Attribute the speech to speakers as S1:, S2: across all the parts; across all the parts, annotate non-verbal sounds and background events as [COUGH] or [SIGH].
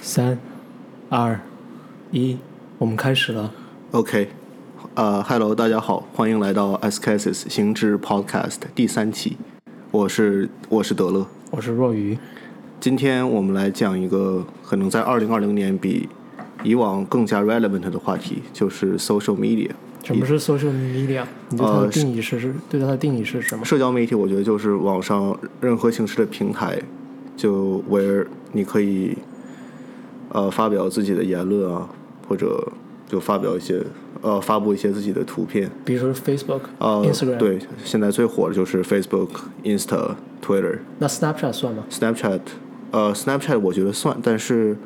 S1: 三、二、一，我们开始了。
S2: OK，呃，Hello，大家好，欢迎来到 SKS 行知 Podcast 第三期，我是我是德乐。
S1: 我是若愚，
S2: 今天我们来讲一个可能在二零二零年比以往更加 relevant 的话题，就是 social media。
S1: 什么是 social
S2: 呃
S1: media？你对它的定义是是、对它的定义是什么？
S2: 社交媒体，我觉得就是网上任何形式的平台，就 where 你可以呃发表自己的言论啊，或者就发表一些呃发布一些自己的图片。
S1: 比如说 Facebook、
S2: 呃
S1: Instagram，，
S2: 对，现在最火的就是 Facebook、Insta、Twitter。
S1: 那 Snapchat 算吗？
S2: Snapchat，呃，Snapchat 我觉得算，但是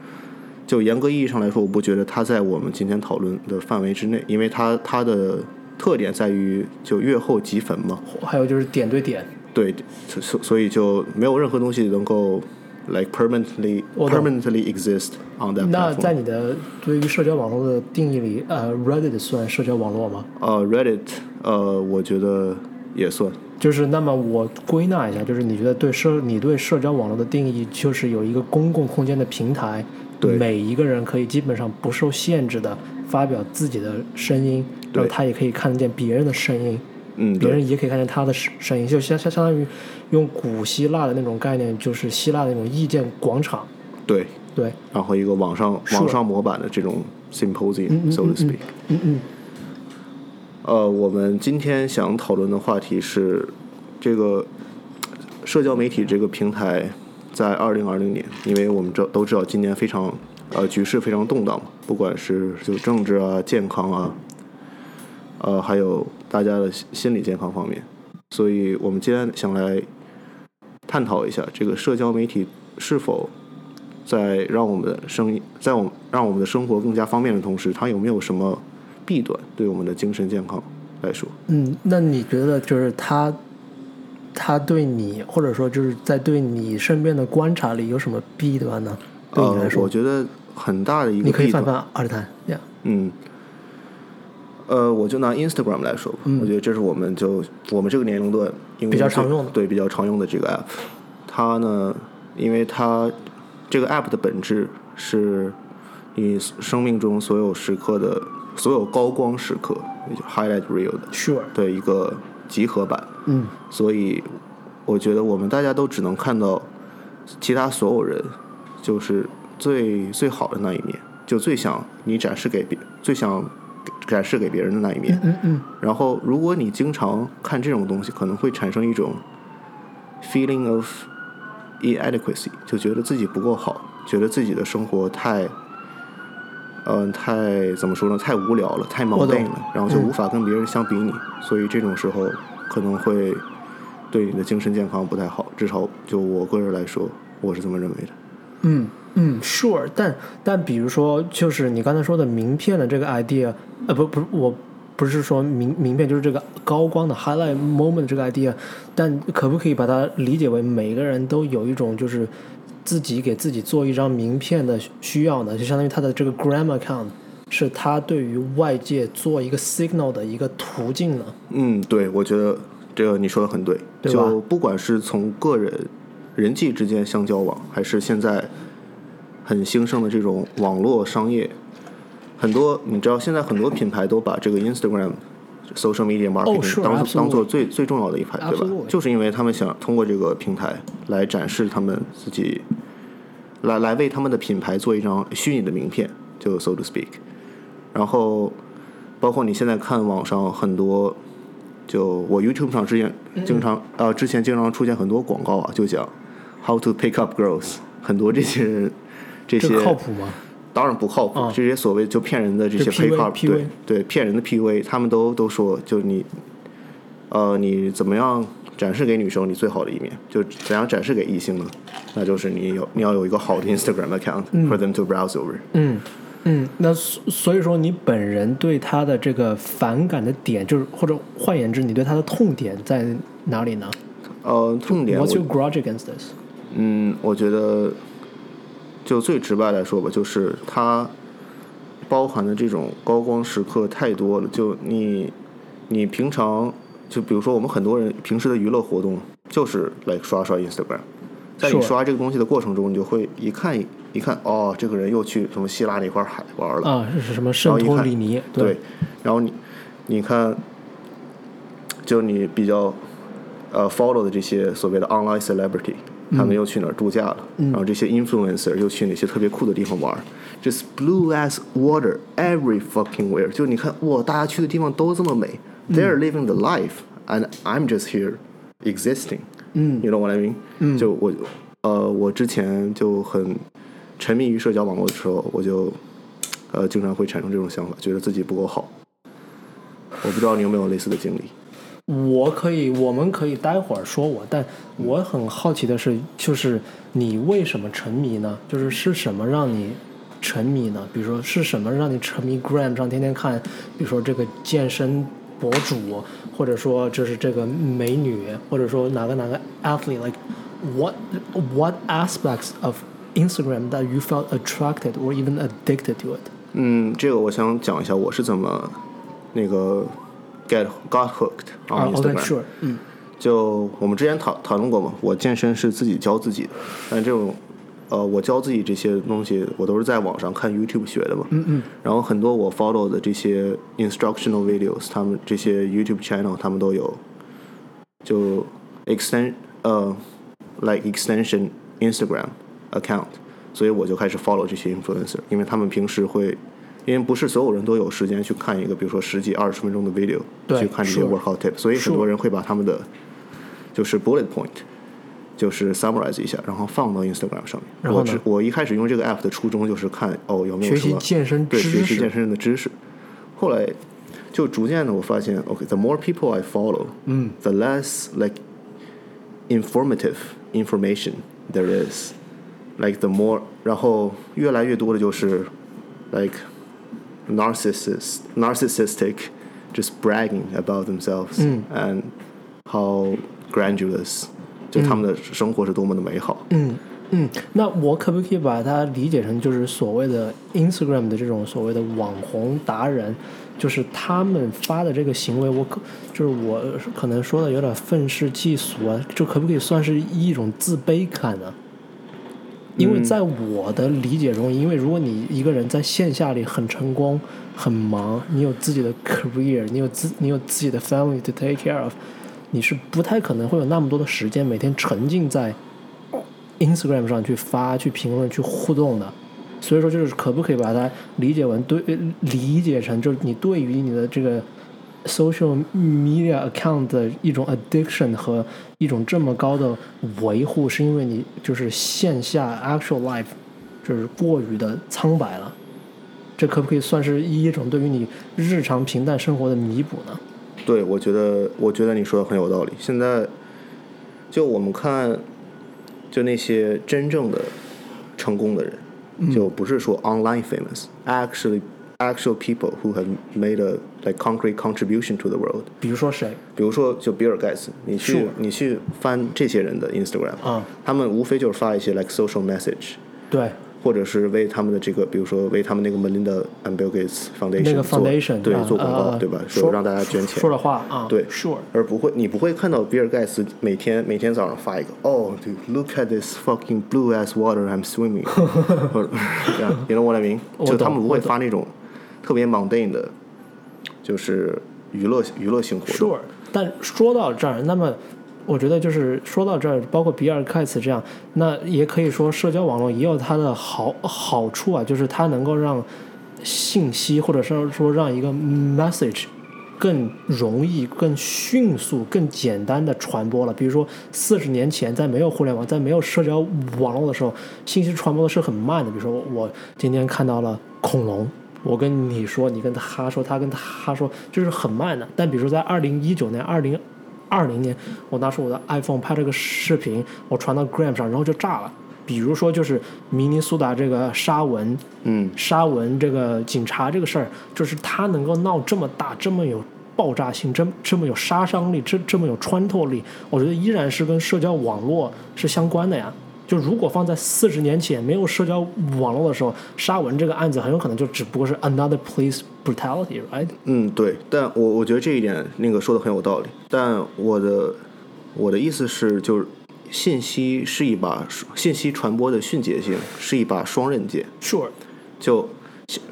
S2: 就严格意义上来说，我不觉得它在我们今天讨论的范围之内，因为它它的特点在于就月后即焚嘛，
S1: 还有就是点对点，
S2: 对，所所所以就没有任何东西能够 like permanently
S1: 我懂
S2: permanently exist on that
S1: 那
S2: platform。
S1: 在你的对于社交网络的定义里，呃，Reddit 算社交网络吗？
S2: 呃，Reddit，呃，我觉得也算，
S1: 就是那么我归纳一下，就是你觉得对社你对社交网络的定义，就是有一个公共空间的平台，
S2: 对
S1: 每一个人可以基本上不受限制的发表自己的声音，然后
S2: 对
S1: 他也可以看得见别人的声音，
S2: 嗯，
S1: 别
S2: 对，
S1: 人也可以看见他的声声音，就相相相当于用古希腊的那种概念，就是希腊的那种意见广场，
S2: 对，
S1: 对，
S2: 然后一个网上
S1: 是
S2: 网上模板的这种 symposium，so to speak。
S1: 嗯嗯，
S2: 呃，我们今天想讨论的话题是这个社交媒体这个平台在二零二零年，因为我们知都知道今年非常呃局势非常动荡嘛，不管是就政治啊、健康啊，呃，还有大家的心心理健康方面，所以我们今天想来探讨一下这个社交媒体是否。在让我们的生，在我们让我们的生活更加方便的同时，它有没有什么弊端对我们的精神健康来说。
S1: 嗯，那你觉得就是他，他对你，或者说就是在对你身边的观察里有什么弊端呢？对你来
S2: 呃，
S1: 说，
S2: 我觉得很大的一
S1: 你
S2: 个
S1: 可以
S2: 弊
S1: 翻
S2: 端，
S1: 翻二十谈呀。
S2: 嗯，呃，我就拿 Instagram 来说吧，
S1: 嗯
S2: 我觉得这是我们就我们这个年龄段应用
S1: 比较
S2: 最
S1: 常用的
S2: 对比较常用的这个 app。它呢，因为它这个 app 的本质是你生命中所有时刻的所有高光时刻，也就 highlight reel 的
S1: Sure，
S2: 的一个集合版。
S1: 嗯，
S2: 所以我觉得我们大家都只能看到其他所有人就是最最好的那一面，就最想你展示给别最想展示给别人的那一面。
S1: 嗯嗯，
S2: 然后，如果你经常看这种东西，可能会产生一种 feeling of inadequacy，就觉得自己不够好，觉得自己的生活太，嗯、太怎么说呢，太无聊了，太
S1: 我
S2: 忙
S1: 懂
S2: 累了，然后就无法跟别人相比拟，所以这种时候可能会对你的精神健康不太好，至少就我个人来说，我是这么认为的。
S1: 嗯嗯，Sure，但但比如说，就是你刚才说的名片的这个 idea，呃，不不，我不是说名名片，就是这个高光的 highlight moment 这个 idea，但可不可以把它理解为每个人都有一种就是自己给自己做一张名片的需要呢？就相当于他的这个 gram account 是他对于外界做一个 signal 的一个途径呢？
S2: 嗯，对，我觉得这个你说的很对，
S1: 对吧
S2: 就不管是从个人人际之间相交往，还是现在很兴盛的这种网络商业，很多你知道，现在很多品牌都把这个 Instagram。social media marketing、
S1: sure，
S2: 当
S1: 哦 absolutely
S2: 做当做最最重要的一盘，对吧
S1: Absolutely？
S2: 就是因为他们想通过这个平台来展示他们自己，来来为他们的品牌做一张虚拟的名片，就 so to speak。然后包括你现在看网上很多，就我 YouTube 上之前经常
S1: 嗯
S2: 呃之前经常出现很多广告啊，就讲 how to pick up girls，很多这些人这
S1: 这
S2: 些
S1: 个靠谱吗？
S2: 当然不靠谱，
S1: 啊
S2: 这些所谓就骗人的这些
S1: 就 PUA
S2: pick up，
S1: PUA
S2: 对对骗人的 PUA，他们都都说就你呃你怎么样展示给女生你最好的一面，就怎样展示给异性呢？那就是你有你要有一个好的 Instagram account、for them to browse over。
S1: 嗯，嗯，那所所以说，你本人对他的这个反感的点，就是或者换言之，你对他的痛点在哪里呢
S2: 呃，重点我
S1: ？What's your grudge against this？
S2: 嗯，我觉得就最直白来说吧，就是它包含的这种高光时刻太多了。就你，你平常就比如说我们很多人平时的娱乐活动就是来刷刷 Instagram，在你
S1: Sure
S2: 刷这个东西的过程中，你就会一看一看，哦，这个人又去什么希腊哪块海玩了，
S1: 啊，是是什么圣托里尼？
S2: 对，然后你你看，就你比较呃 follow 的这些所谓的 online celebrity，他们又去哪儿度假了，然后这些 influencer 又去哪些特别酷的地方玩儿，just blue as water every fucking where，就你看哇，大家去的地方都这么美，they're living the life and I'm just here existing，嗯，you know what I mean？嗯，就我呃，我之前就很沉迷于社交网络的时候，我就呃，经常会产生这种想法，觉得自己不够好。我不知道你有没有类似的经历。
S1: 我可以，我们可以待会儿说我，但我很好奇的是，就是你为什么沉迷呢？就是是什么让你沉迷呢？比如说是什么让你沉迷 Gram 上天天看，比如说这个健身博主，或者说就是这个美女，或者说哪个哪个 athlete，like what what aspects of Instagram that you felt attracted or even addicted to it？
S2: 嗯，这个我想讲一下我是怎么那个 get got hooked
S1: 啊
S2: on
S1: ，OK，sure，、
S2: 哦 Instagram。
S1: 嗯
S2: 就我们之前讨讨论过嘛，我健身是自己教自己的，但这种呃，我教自己这些东西，我都是在网上看 YouTube 学的嘛。嗯嗯。然后很多我 follow 的这些 instructional videos，他们这些 YouTube channel 他们都有，就 extend 呃，like extension Instagram account，所以我就开始 follow 这些 influencer，因为他们平时会。因为不是所有人都有时间去看一个，比如说十几、二十分钟的 video，
S1: 对
S2: 去看这些
S1: sure
S2: workout tip，所以很多人会把他们的就是 bullet point，就是 summarize 一下，然后放到 Instagram 上面。
S1: 然后
S2: 我
S1: 呢
S2: 只我一开始用这个 app 的初衷就是看哦有没
S1: 学
S2: 有
S1: 习
S2: 什么
S1: 健身
S2: 对
S1: 知
S2: 学习
S1: 识
S2: 健身的知识。后来就逐渐的我发现，OK，the、more people I follow，嗯，the less like informative information there is。like the more，然后越来越多的就是 like narcissist narcissistic just bragging about themselves、and how grandiose，就他们的生活是多么的美好。
S1: 嗯，嗯，那我可不可以把它理解成就是所谓的 Instagram 的这种所谓的网红达人，就是他们发的这个行为，我可就是我可能说的有点愤世嫉俗啊，就可不可以算是一种自卑感呢、因为在我的理解中，因为如果你一个人在线下里很成功、很忙，你有自己的 career，你有自你有自己的 family to take care of，你是不太可能会有那么多的时间每天沉浸在 Instagram 上去发、去评论、去互动的。所以说，就是可不可以把它理解为对，呃理解成就是你对于你的这个 social media account 的一种 addiction 和一种这么高的维护，是因为你就是线下 actual life 就是过于的苍白了。这可不可以算是一种对于你日常平淡生活的弥补呢？
S2: 对，我觉得，我觉得你说的很有道理。现在，就我们看，就那些真正的成功的人，
S1: 嗯
S2: 就不是说 online famous，actually actual people who have made a like concrete contribution to the world。
S1: 比如说谁？
S2: 比如说，就比尔盖茨，你去
S1: Sure
S2: 你去翻这些人的 Instagram，、
S1: 啊
S2: 他们无非就是发一些 like social message，
S1: 对，
S2: 或者是为他们的这个，比如说为他们那个 Melinda and Bill Gates Foundation
S1: 那个
S2: 做
S1: foundation
S2: 对、
S1: 啊
S2: 做广告，
S1: 呃
S2: 对吧？说
S1: 说
S2: 让大家捐钱
S1: 说。的话啊，
S2: 对
S1: ，sure，
S2: 而不会，你不会看到比尔盖茨每天每天早上发一个哦、d u d e look at this fucking blue as water I'm swimming，或 [LAUGHS] 者
S1: [LAUGHS]
S2: yeah, you know what I mean？
S1: 我
S2: 就他
S1: 懂
S2: 们不会发那种特别 mundane 的，就是娱乐娱乐性活动。
S1: Sure，但说到这儿，那么我觉得就是说到这儿，包括比尔盖茨这样，那也可以说社交网络也有它的好好处啊，就是它能够让信息或者是说让一个 message 更容易、更迅速、更简单的传播了。比如说四十年前，在没有互联网、在没有社交网络的时候，信息传播的是很慢的。比如说我我今天看到了恐龙。我跟你说，你跟他说，他跟他说，就是很慢的。但比如说在二零一九年、二零二零年，我拿出我的 iPhone 拍了个视频，我传到 Gram 上，然后就炸了。比如说，就是明尼苏达这个沙文，
S2: 嗯，
S1: 沙文这个警察这个事儿，就是他能够闹这么大，这么有爆炸性，这这么有杀伤力，这这么有穿透力，我觉得依然是跟社交网络是相关的呀。就如果放在四十年前没有社交网络的时候，沙文这个案子很有可能就只不过是 another police brutality，right？
S2: 嗯，对，但我我觉得这一点那个说的很有道理。但我的我的意思是，就是信息是一把信息传播的迅捷性是一把双刃剑。
S1: Sure，
S2: 就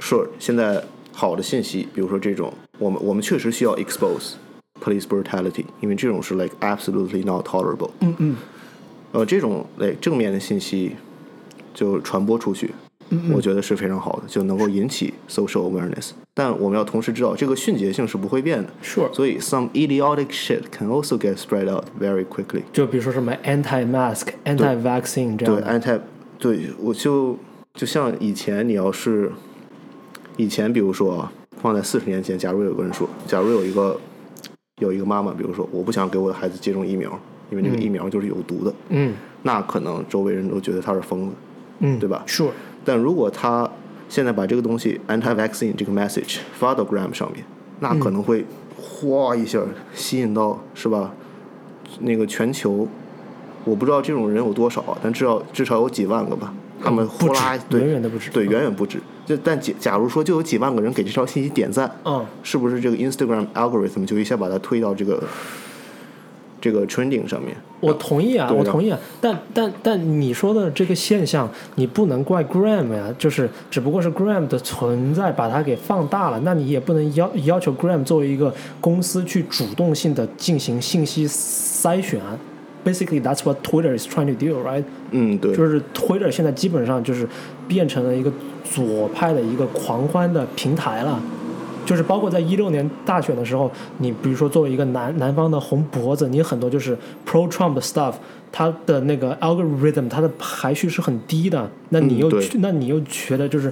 S2: sure，现在好的信息，比如说这种，我们我们确实需要 expose police brutality，因为这种是 like absolutely not tolerable。
S1: 嗯嗯
S2: 呃，这种 like 正面的信息就传播出去，
S1: 嗯嗯，
S2: 我觉得是非常好的，就能够引起 social awareness。但我们要同时知道，这个迅捷性是不会变的。
S1: Sure，
S2: 所以，some idiotic shit can also get spread out very quickly。
S1: 就比如说什么 anti mask、anti vaccine 这样
S2: 对
S1: 的，
S2: ，anti，对我就就像以前，你要是以前，比如说啊放在四十年前，假如有个人说，假如有一个有一个妈妈，比如说我不想给我的孩子接种疫苗，因为那个疫苗就是有毒的，
S1: 嗯
S2: 那可能周围人都觉得他是疯子。
S1: 嗯，
S2: 对啊吧
S1: ？Sure，
S2: 但如果他现在把这个东西 anti-vaccine 这个 message 发到 Gram 上面，那可能会哗一下吸引到是吧？那个全球，我不知道这种人有多少啊，但至少至少有几万个吧。他们
S1: 嗯
S2: 呼
S1: 不止
S2: 啦，，
S1: 远
S2: 对
S1: 远的不止。
S2: 对，远远不止。就但假假如说就有几万个人给这条信息点赞，
S1: 嗯，
S2: 是不是这个 Instagram algorithm 就一下把它推到这个这个 trending 上面？
S1: 我同意啊，
S2: 对
S1: 我
S2: 的
S1: 同意啊，但但但你说的这个现象，你不能怪 Gram 呀、就是只不过是 Gram 的存在把它给放大了，那你也不能要要求 Gram 作为一个公司去主动性的进行信息筛选啊。Basically, that's what Twitter is trying to do, right?
S2: 嗯，对，
S1: 就是 Twitter 现在基本上就是变成了一个左派的一个狂欢的平台了。就是包括在一六年大选的时候，你比如说作为一个南南方的红脖子，你很多就是 pro Trump 的 stuff，它的那个 algorithm 它的排序是很低的，那你
S2: 嗯
S1: 又、
S2: 对
S1: 那你又觉得就是，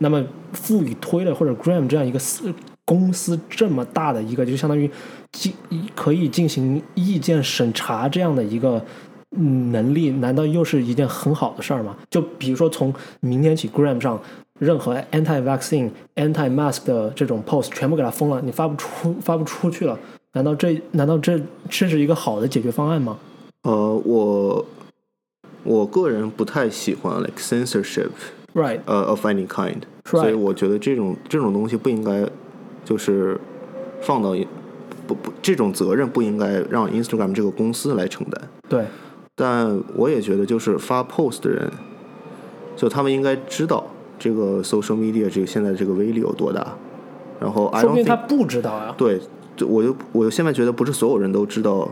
S1: 那么赋予推了或者 Gram 这样一个私公司这么大的一个，就相当于进可以进行意见审查这样的一个嗯能力，难道又是一件很好的事儿吗？就比如说从明天起，Gram 上任何 anti-vaccine、anti-mask 的这种 post 全部给它封了，你发不出发不出去了。难道这难道这这是一个好的解决方案吗？
S2: 呃，我我个人不太喜欢 like censorship，
S1: Right，
S2: 呃、of any kind，所以
S1: right，
S2: 我觉得这种这种东西不应该就是放到一不不这种责任不应该让 Instagram 这个公司来承担。
S1: 对，
S2: 但我也觉得，就是发 post 的人，就他们应该知道这个 social media 这个现在这个威力有多大。然后 I
S1: 说不定
S2: don't
S1: 他
S2: think
S1: 不知道啊。
S2: 对，就我就我现在觉得不是所有人都知道，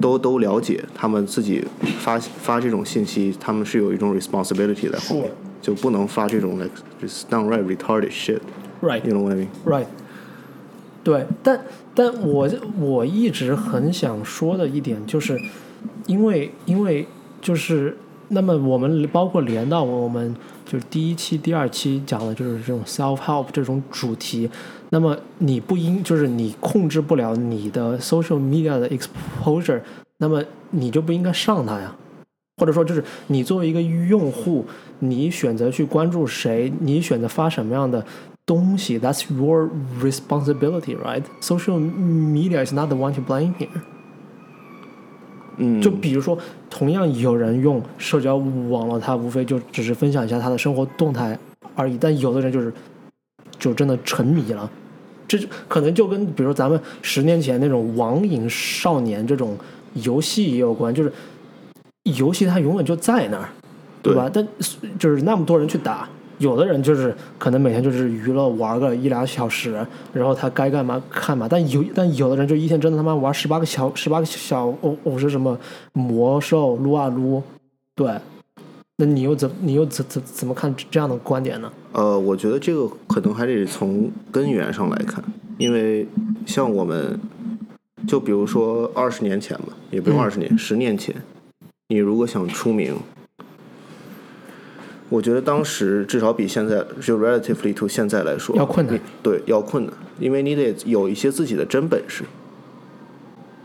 S2: 都都了解他们自己发发这种信息，他们是有一种 responsibility 在后面
S1: Sure
S2: 就不能发这种 like just downright retarded shit。
S1: Right，
S2: You know what I mean？
S1: Right，对，但但我我一直很想说的一点就是，因为因为就是那么我们包括连到我们就是第一期、第二期讲的就是这种 self help 这种主题，那么你不应就是你控制不了你的 social media 的 exposure，那么你就不应该上它呀。或者说，就是你作为一个用户，你选择去关注谁，你选择发什么样的东西，That's your responsibility, right? Social media is not the one to blame here.
S2: 嗯，
S1: 就比如说，同样有人用社交网络，他无非就只是分享一下他的生活动态而已，但有的人就是就真的沉迷了，这就可能就跟比如说咱们十年前那种网瘾少年这种游戏也有关，就是游戏它永远就在那儿。对
S2: 对
S1: 吧？但是就是那么多人去打，有的人就是可能每天就是娱乐玩个一两小时，然后他该干嘛干嘛。但有但有的人就一天真的他妈玩十八个小十八个小哦哦是什么魔兽撸啊撸，对。那你又怎你又怎怎怎么看这样的观点呢？
S2: 呃，我觉得这个可能还得从根源上来看，因为像我们，就比如说二十年前吧，也不用
S1: 嗯
S2: 二十年，十、年前，你如果想出名，我觉得当时至少比现在就 relatively to 现在来说
S1: 要困难
S2: 你对，要困难，因为你得有一些自己的真本事。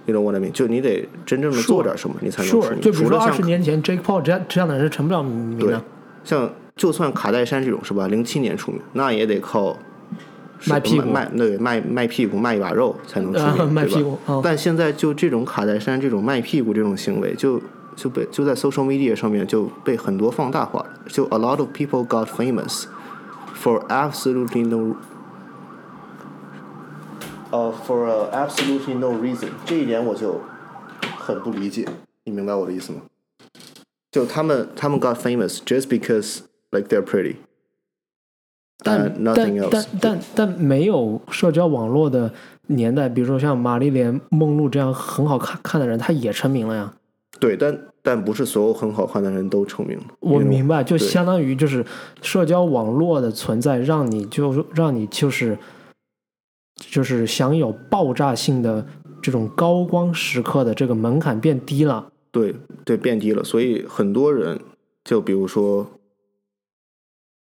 S2: 你懂我的 I mean？就你得真正的
S1: Sure
S2: 做点什么，你才能出
S1: Sure，
S2: 名。
S1: 啊就比如
S2: 除
S1: 说
S2: 了像
S1: 二十年前 Jake Paul 这样这样的人是成不了名
S2: 对
S1: 的，，
S2: 像就算卡戴珊这种是吧，零七年出名，那也得靠是
S1: 卖屁股
S2: 卖对卖卖屁股卖一把肉才能出名，
S1: 啊
S2: 对吧
S1: 卖屁股啊
S2: 但现在就这种卡戴珊这种卖屁股这种行为就。就被就在 social media 上面就被很多放大化了，就 a lot of people got famous for absolutely no，呃、for a absolutely no reason，这一点我就很不理解，你明白我的意思吗？就他们他们 got famous just because like they're pretty，
S1: 但
S2: and nothing
S1: 但
S2: else
S1: 但。但但没有社交网络的年代，比如说像玛丽莲梦露这样很好看看的人，她也成名了呀。
S2: 对，但但不是所有很好看的人都成名了。
S1: 我
S2: 因为
S1: 明白，就
S2: 对
S1: 相当于就是社交网络的存在，让你就让你就是就是享有爆炸性的这种高光时刻的这个门槛变低了。
S2: 对对变低了，所以很多人就比如说，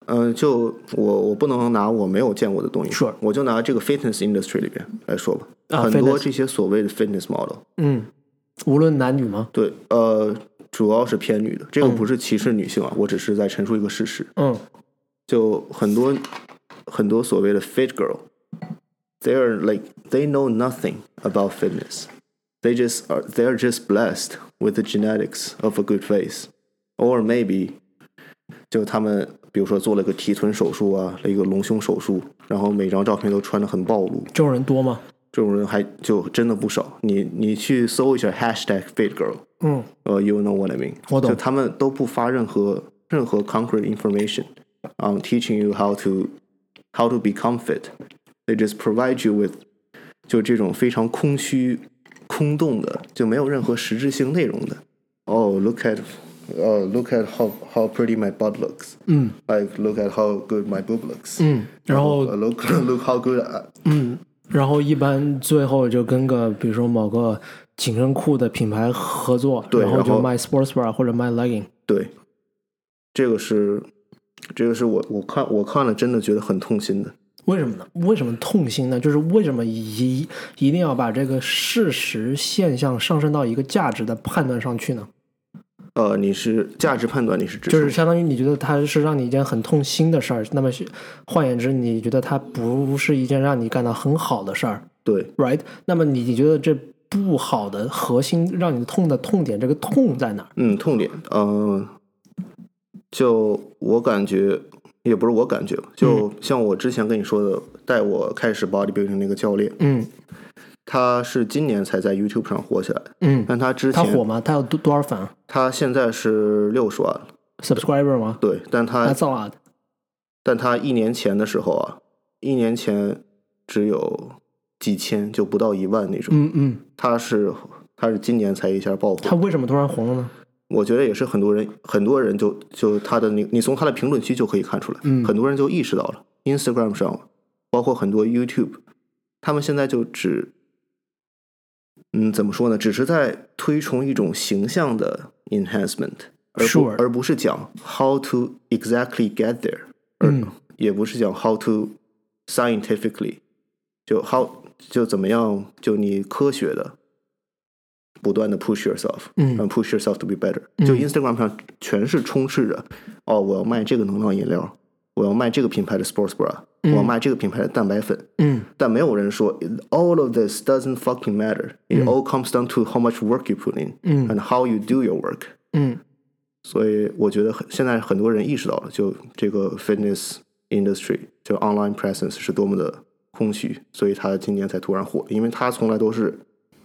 S2: 嗯、就我我不能拿我没有见过的东西说，
S1: Sure
S2: 我就拿这个 fitness industry 里边来说吧，
S1: 啊
S2: 很多
S1: fitness
S2: 这些所谓的 fitness model，
S1: 嗯，无论男女吗？
S2: 对，呃，主要是偏女的，这个不是歧视女性啊，我只是在陈述一个事实，
S1: 嗯
S2: 就很多很多所谓的 fit girl，they are like they know nothing about fitness。They just are they are just blessed with the genetics of a good face, or maybe 就他们比如说做了个提臀手术啊，一个隆胸手术，然后每张照片都穿的很暴露，
S1: 这种人多吗？
S2: 这种人还就真的不少。你你去搜一下 hashtag fit girl，
S1: 嗯，
S2: 呃，you Uh, know what I mean？
S1: 我懂
S2: 就他们都不发任何任何 concrete information on teaching you how to how to become fit. They just provide you with 就这种非常空虚、空洞的，就没有任何实质性内容的。Oh, look at, uh, look at how how pretty my butt looks.
S1: 嗯
S2: Like look at how good my boob looks.
S1: 嗯，然后
S2: Uh, look [LAUGHS] look how good. uh, I,
S1: 嗯，然后一般最后就跟个比如说某个紧身裤的品牌合作，
S2: 对
S1: 然后
S2: 然
S1: 就
S2: 后
S1: 卖 sportswear 或者卖 legging。
S2: 对，这个是这个是我我看我看了真的觉得很痛心的。
S1: 为什么呢？为什么痛心呢？就是为什么一一定要把这个事实现象上升到一个价值的判断上去呢？
S2: 呃，你是价值判断，你是指
S1: 就是
S2: 什么
S1: 相当于你觉得它是让你一件很痛心的事儿，那么是换言之，你觉得它不是一件让你感到很好的事儿
S2: 对
S1: ，right？那么你觉得这不好的核心让你痛的痛点，这个痛在哪儿？
S2: 嗯痛点，嗯、就我感觉也不是我感觉吧，就
S1: 嗯
S2: 像我之前跟你说的，带我开始 bodybuilding 那个教练，
S1: 嗯
S2: 他是今年才在 YouTube 上火起来的，
S1: 嗯，
S2: 但他之
S1: 它火
S2: 前
S1: 吗？它有多多少粉啊
S2: 他现在是六十万了，
S1: ？subscriber 吗啊
S2: 对，但他
S1: ？That's a lot。
S2: 但他一年前的时候啊，一年前只有几千，就不到一万那种，
S1: 嗯嗯，
S2: 他是他是今年才一下爆火，
S1: 它为什么突然红了呢？
S2: 我觉得也是很多人，很多人就就他的那，你从他的评论区就可以看出来，
S1: 嗯
S2: 很多人就意识到了，Instagram 上，包括很多 YouTube，他们现在就只，嗯，怎么说呢？只是在推崇一种形象的 enhancement，而不
S1: Sure
S2: 而不是讲 how to exactly get there，而、
S1: 嗯
S2: 也不是讲 how to scientifically，就 how 就怎么样，就你科学的不断的 push yourself。
S1: 嗯
S2: 嗯，push yourself to be better。就 Instagram 上全是充斥着，哦，我要卖这个能量饮料，我要卖这个品牌的 sports bra，我要卖这个品牌的蛋白粉，
S1: 嗯
S2: 但没有人说 all of this doesn't fucking matter. It all comes down to how much work you put in
S1: 嗯
S2: and how you do your work。
S1: 嗯
S2: 所以我觉得很现在很多人意识到了，就这个 fitness industry 就 online presence 是多么的空虚，所以他今年才突然火，因为他从来都是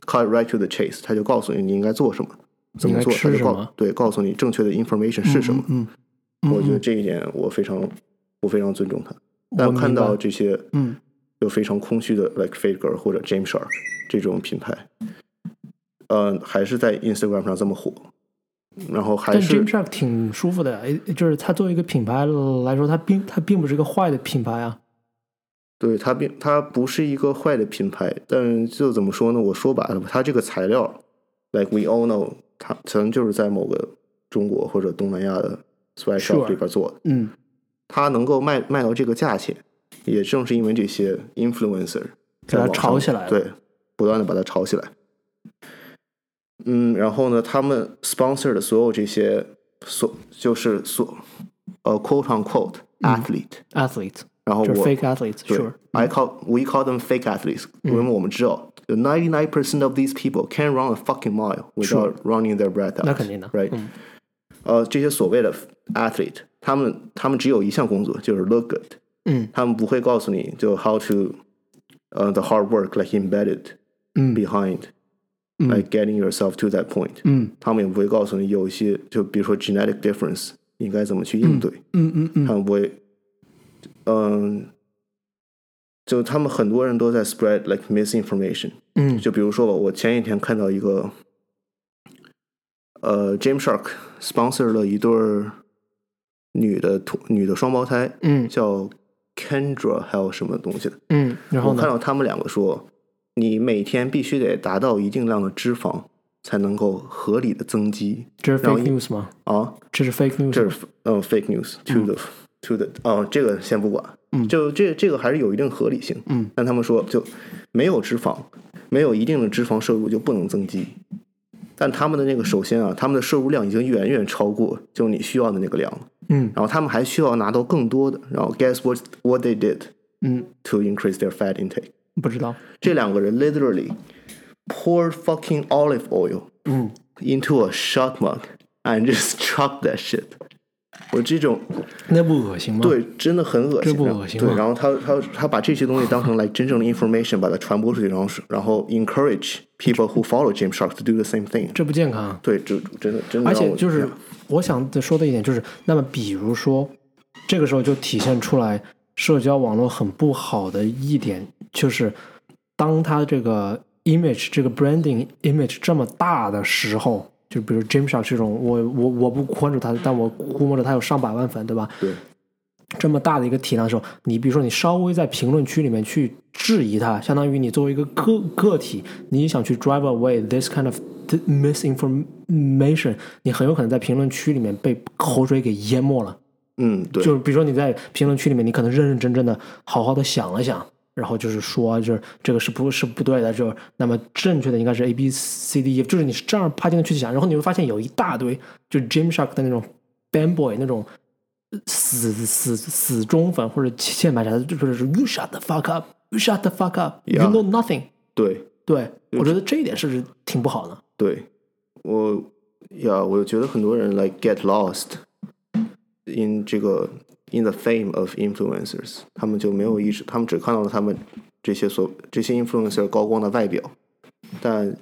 S2: cut right to the chase，他就告诉你你应该做什么，怎么
S1: 应该
S2: 做，
S1: 吃
S2: 他就
S1: 什么
S2: 告对告诉你正确的 information 是什么。
S1: 嗯，
S2: 我觉得这一点我非常我非常尊重他，但看到这些
S1: 嗯
S2: 就非常空虚的 like Fade Girl 或者 James Sharp 这种品牌，呃，还是在 Instagram 上这么火，然后还
S1: 但
S2: 是
S1: Gym Shark 挺舒服的呀，诶就是它作为一个品牌来说，它并它并不是一个坏的品牌啊。
S2: 对它并它不是一个坏的品牌，但就怎么说呢？我说白了吧，它这个材料，like we all know，它可能就是在某个中国或者东南亚的 sweat shop
S1: Sure
S2: 里边做的。
S1: 嗯
S2: 它能够卖卖到这个价钱，也正是因为这些 influencer
S1: 给它
S2: 在网上
S1: 炒起来了
S2: 对，不断的把它炒起来。嗯，然后呢，他们 sponsor 的所有这些所就是所呃 quote on quote athlete，、
S1: ，athlete
S2: 然后
S1: 嗯就是
S2: 哦我
S1: fake athletes，
S2: 对
S1: sure，Mm-hmm.
S2: I call we call them fake athletes，、因为我们知道，ninety nine percent of these people can run a fucking mile without running their breath out。
S1: 那肯定的
S2: ，right？、呃，这些所谓的 athlete，他们他们只有一项工作，就是 look good。
S1: 嗯，
S2: 他们不会告诉 uh, 你就 how to，呃、t h e hard work like embedded，
S1: 嗯
S2: behind 来 getting yourself to that point。
S1: 嗯
S2: 他们也不会告诉你有一些，就比如说 genetic difference 应该怎么去应对，
S1: 嗯嗯嗯
S2: 他们不会，嗯、就他们很多人都在 spread like misinformation。
S1: 嗯
S2: 就比如说吧，我前几天看到一个，呃，James Shark sponsor 了一对儿女的同女的双胞胎，
S1: 嗯
S2: 叫 Kendra 还有什么东西的。
S1: 嗯，然后
S2: 我看
S1: 呢？
S2: 到他们两个说，你每天必须得达到一定量的脂肪，才能够合理的增肌
S1: 这是
S2: 然后
S1: fake news 吗？
S2: 啊。
S1: 这是 fake news，
S2: 这
S1: 吗
S2: 是嗯 fake news to the、to the 哦，这个先不管，
S1: 嗯
S2: 就这这个还是有一定合理性，
S1: 嗯，
S2: 但他们说就没有脂肪，没有一定的脂肪摄入就不能增肌，但他们的那个首先啊，他们的摄入量已经远远超过就你需要的那个量了，
S1: 嗯
S2: 然后他们还需要拿到更多的，然后 guess what what they did
S1: 嗯，
S2: to increase their fat intake，
S1: 不知道，
S2: 这两个人 literally pour fucking olive oil
S1: 嗯
S2: into a shot mug and just [LAUGHS] chop that shit，我这种。
S1: 那不恶心吗？，
S2: 对，真的很恶心。啊
S1: 这不恶心吗啊
S2: 对，然后他他他把这些东西当成来真正的 information，把它传播出去，然后是然后 encourage people who follow James Shark to do the same thing。
S1: 这不健康啊。
S2: 对，这真的真的让我，
S1: 而且就是我想说的一点就是，那么比如说，这个时候就体现出来社交网络很不好的一点，就是当它这个 image 这个 branding image 这么大的时候，就比如 James Shark 这种，我我我不关注他，但我估摸着他有上百万粉，对吧？
S2: 对
S1: 这么大的一个体量的时候，你比如说你稍微在评论区里面去质疑它，相当于你作为一个个个体，你想去 drive away this kind of th- misinformation，你很有可能在评论区里面被口水给淹没了。
S2: 嗯对，
S1: 就是比如说你在评论区里面，你可能认认真真的好好的想了想，然后就是说，就是这个是不是不对的，就是那么正确的应该是 A B C D E，就是你是这样趴进去去想，然后你会发现有一大堆就是 Jim Shark 的那种 fanboy 那种呃死死死忠粉或者键盘侠，就是说 You shut the fuck up，You shut the fuck up，You
S2: Yeah.
S1: know nothing。
S2: 对
S1: 对，我觉得这一点是挺不好的。
S2: 对，我呀，我觉得很多人 like get lost in 这个 in the fame of influencers，他们就没有意识，他们只看到了他们这些所这些 influencer 高光的外表，但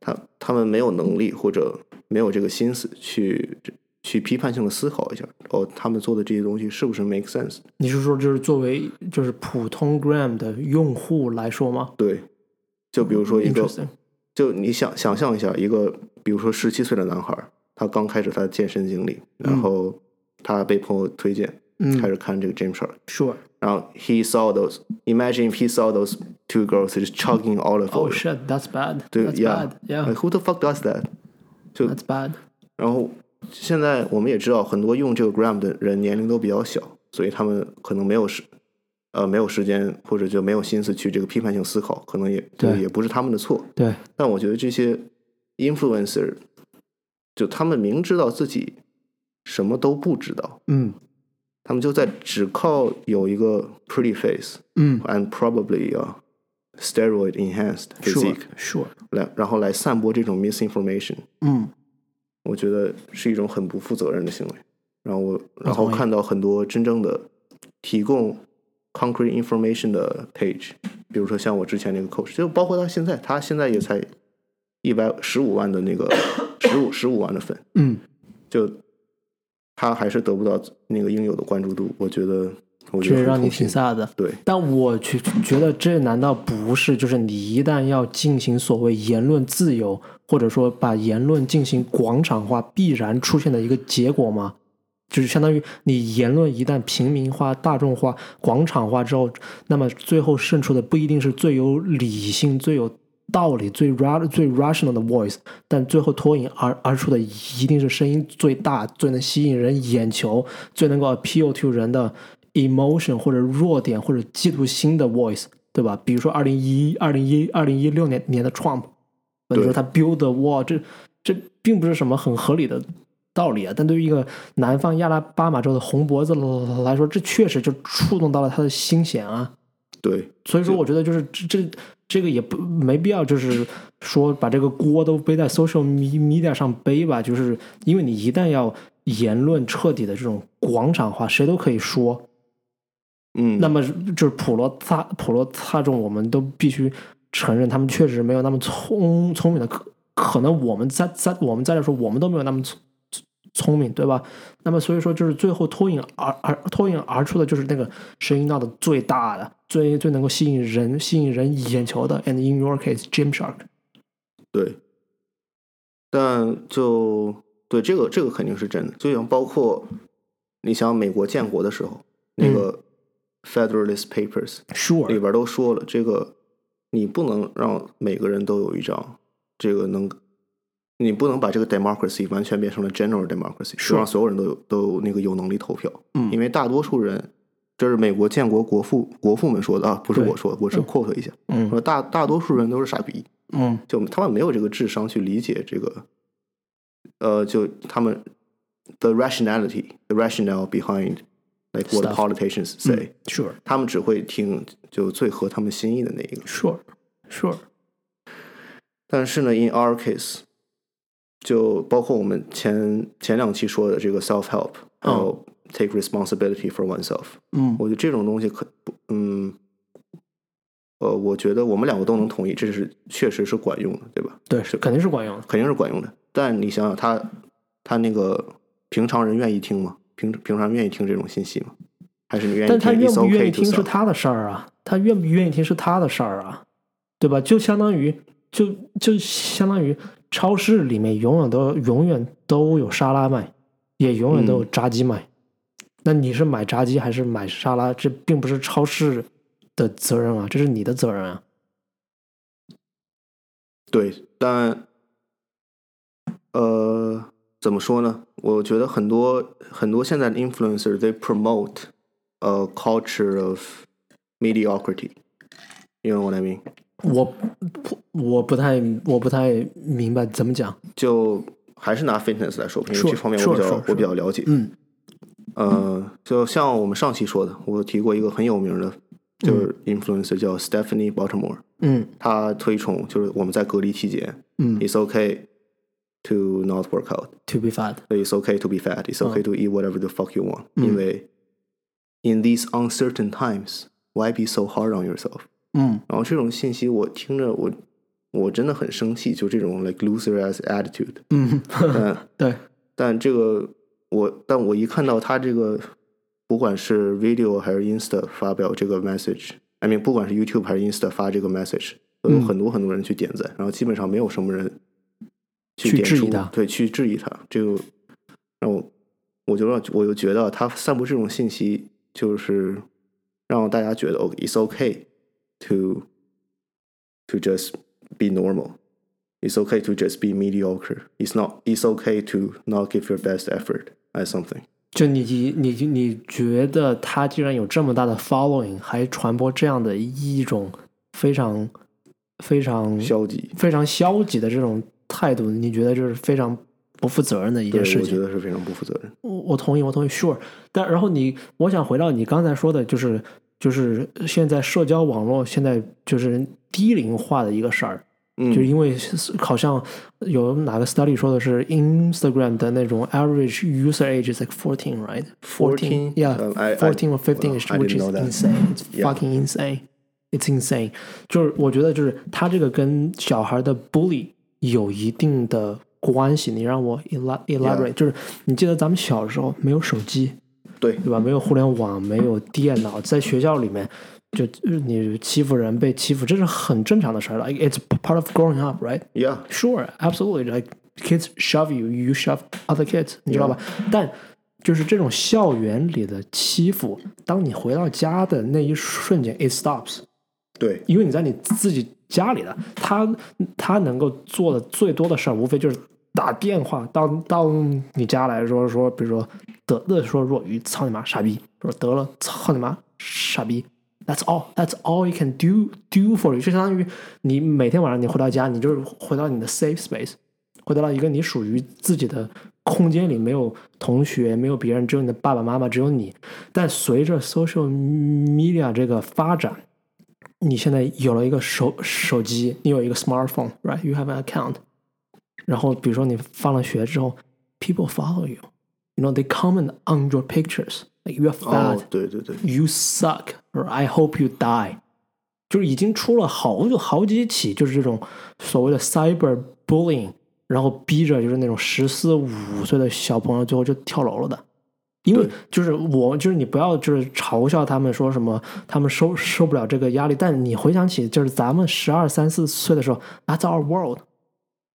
S2: 他他们没有能力或者没有这个心思去去批判性的思考一下，哦，他们做的这些东西是不是 make sense？
S1: 你是说，就是作为就是普通 Gram 的用户来说吗
S2: 对，就比如说一个
S1: ？Interesting。
S2: 就你想想象一下，一个比如说十七岁的男孩儿，他刚开始他的健身经历，然后他被朋友推荐，
S1: 嗯
S2: 开始看这个 James Shark，
S1: Sure.
S2: 然后 he saw those imagine if he saw those two girls just chugging olive
S1: Oh
S2: oil，
S1: shit, that's bad.
S2: 对
S1: that's
S2: ，yeah，
S1: bad. Yeah,
S2: Like, who the fuck does that？
S1: that's bad.
S2: 然后现在我们也知道，很多用这个 Gram 的人年龄都比较小，所以他们可能没有时，呃，没有时间或者就没有心思去这个批判性思考，可能也
S1: 对
S2: 也不是他们的错。
S1: 对，
S2: 但我觉得这些 influencer，就他们明知道自己什么都不知道，
S1: 嗯
S2: 他们就在只靠有一个 pretty face
S1: 嗯
S2: and probably a steroid enhanced
S1: ，Sure,
S2: physique
S1: sure.
S2: 来，然后来散播这种 misinformation，
S1: 嗯，
S2: 我觉得是一种很不负责任的行为。然后我，然后
S1: 同意
S2: 看到很多真正的提供 concrete information 的 page，比如说像我之前那个 coach，就包括他现在，他现在也才一百十五万的那个十五十五万的粉，
S1: 嗯，
S2: 就他还是得不到那个应有的关注度。我觉得，我觉
S1: 这
S2: 得
S1: 让
S2: 很
S1: 你
S2: 痛
S1: 挺
S2: 心。
S1: sad 的。
S2: 对，
S1: 但我觉觉得这难道不是就是你一旦要进行所谓言论自由，或者说把言论进行广场化，必然出现的一个结果吗？就是相当于你言论一旦平民化、大众化、广场化之后，那么最后胜出的不一定是最有理性、最有道理、最 ra 最 rational 的 voice，但最后脱颖而而出的一定是声音最大、最能吸引人眼球、最能够 appeal to 人的 emotion 或者弱点或者嫉妒心的 voice，对吧？比如说二零一二零一二零一六年年的 Trump，你说他 build the wall，这这并不是什么很合理的道理啊。但对于一个南方亚拉巴马州的红脖子来说，这确实就触动到了他的心弦啊。
S2: 对，
S1: 所以说，我觉得就是这这这个也不没必要，就是说把这个锅都背在 social me- media 上背吧，就是因为你一旦要言论彻底的这种广场化，谁都可以说，
S2: 嗯，
S1: 那么就是普罗大普罗大众，我们都必须承认他们确实没有那么聪聪明的，可可能我们在在我们在这说，我们都没有那么聪聪明，对吧？那么所以说，就是最后脱颖而而脱颖而出的，就是那个声音闹得最大的、最最能够吸引人、吸引人眼球的。And in your case, Jim Shark。
S2: 对，但就对这个这个肯定是真的，就像包括你想美国建国的时候，
S1: 嗯
S2: 那个 Federalist Papers 里
S1: Sure，
S2: 边都说了，这个你不能让每个人都有一张，这个能，你不能把这个 democracy 完全变成了 general democracy，
S1: 是
S2: 就让所有人都有都有那个有能力投票，
S1: 嗯
S2: 因为大多数人，这是美国建国国父国父们说的啊，不是
S1: 对
S2: 我说的，我是 quote 一下，
S1: 嗯
S2: 说大大多数人都是傻逼，
S1: 嗯
S2: 就他们没有这个智商去理解这个，呃，就他们 the rationality the rationale behind like what
S1: Stuff
S2: politicians say，、
S1: ，Sure
S2: 他们只会听就最合他们心意的那一个。
S1: Sure Sure，
S2: 但是呢，in our case，就包括我们前前两期说的这个 self help，还有 take responsibility for oneself，、
S1: 嗯
S2: 我觉得这种东西可不，嗯，呃，我觉得我们两个都能同意，这是确实是管用的，对吧？
S1: 对，是肯定是管用的。
S2: 肯定是管用的。但你想想他，他那个平常人愿意听吗？平平常人愿意听这种信息吗？还是你愿意
S1: 但
S2: 听？
S1: 他愿
S2: It's
S1: 不
S2: okay
S1: 愿意
S2: to
S1: 听是
S2: suck
S1: 他的事儿啊，他愿不愿意听是他的事儿啊，对吧？就相当于就就相当于超市里面永远都永远都有沙拉卖，也永远都
S2: 嗯
S1: 有炸鸡卖。那你是买炸鸡还是买沙拉？这并不是超市的责任啊，这是你的责任啊。
S2: 对，但呃，怎么说呢？我觉得很多很多现在的 influencer they promote a culture of mediocrity。You know what I mean？
S1: 我不我不太我不太明白怎么讲。
S2: 就还是拿 fitness 来说吧，因为
S1: Sure，
S2: 这方面我比
S1: sure，
S2: 较
S1: sure，
S2: 我比较了解。
S1: 嗯
S2: 呃，就像我们上期说的，我提过一个很有名的，就是 influencer 叫 Stephanie Baltimore，
S1: 嗯
S2: 她推崇就是我们在隔离期间
S1: 嗯
S2: ，it's okay to not work out。
S1: ，to be fat。
S2: It's okay to be fat. It's okay to eat whatever the fuck you want. 因为 in these uncertain times, why be so hard on yourself？
S1: 嗯。
S2: 然后这种信息我听着我我真的很生气，就这种 like loser as attitude [LAUGHS]
S1: 嗯， [LAUGHS]
S2: 但
S1: 对，
S2: 但这个我但我一看到他这个，不管是 video 还是 Insta 发表这个 message，I mean 不管是 YouTube 还是 Insta 发这个 message，都
S1: 嗯
S2: 有很多很多人去点赞，然后基本上没有什么人
S1: 去
S2: 点
S1: 质疑
S2: 出
S1: 他
S2: 对，去质疑他，这个让我我就让我就觉得他散布这种信息，就是让大家觉得 OK，it's okay to to just be normal。It's okay to just be mediocre. It's not. It's okay to not give your best effort at something.
S1: 就你你你你觉得他既然有这么大的 following，还传播这样的一种非常非常
S2: 消极，
S1: 非常消极的这种态度，你觉得这是非常不负责任的一
S2: 对，
S1: 件
S2: 我
S1: 事
S2: 觉
S1: 情？
S2: 得是非常不负责任。
S1: 我我同意，我同意，sure。但然后你，我想回到你刚才说的，就是就是现在社交网络现在就是低龄化的一个事儿，
S2: 嗯，
S1: 就因为是好像有哪个 study 说的是 Instagram 的那种 average user age is like fourteen, right?
S2: Fourteen,
S1: yeah,
S2: um, I- I-
S1: fourteen or fifteen,
S2: well,
S1: is-
S2: I didn't
S1: which is
S2: know that.
S1: insane. It's
S2: [LAUGHS] Yeah.
S1: fucking insane. It's insane. 就是我觉得就是他这个跟小孩的 bully 有一定的关系。你让我 ela- elaborate，、就是你记得咱们小时候没有手机，
S2: 对
S1: 对吧？没有互联网，没有电脑，在学校里面就就是你欺负人被欺负，这是很正常的事儿了。Like, it's part of growing up, right?
S2: ，Yeah，
S1: Sure, absolutely. Like kids shove you, you shove other kids，你知道吧但就是这种校园里的欺负，当你回到家的那一瞬间，it stops，
S2: 对，
S1: 因为你在你自己家里的，他他能够做的最多的事儿，无非就是打电话到到你家来说说，比如说得的说若愚，操你妈傻逼，说得了，操你妈傻逼。That's all. That's all you can do do for you. 就相当于你每天晚上你回到家，你就是回到你的 safe space，回到了一个你属于自己的空间里，没有同学，没有别人，只有你的爸爸妈妈，只有你。但随着 social media 这个发展，你现在有了一个手手机，你有一个 smartphone，right？You have an account。然后比如说你放了学之后，people follow you，you know they comment on your pictures，like you are fat，、
S2: 哦，对对对，
S1: you suck or I hope you die. 就是已经出了好久好几起，就是这种所谓的 cyber bullying，然后逼着就是那种十四五岁的小朋友最后就跳楼了的。因为
S2: 对
S1: 就是我，就是你不要就是嘲笑他们说什么，他们受受不了这个压力。但你回想起就是咱们十二三四岁的时候，That's our world,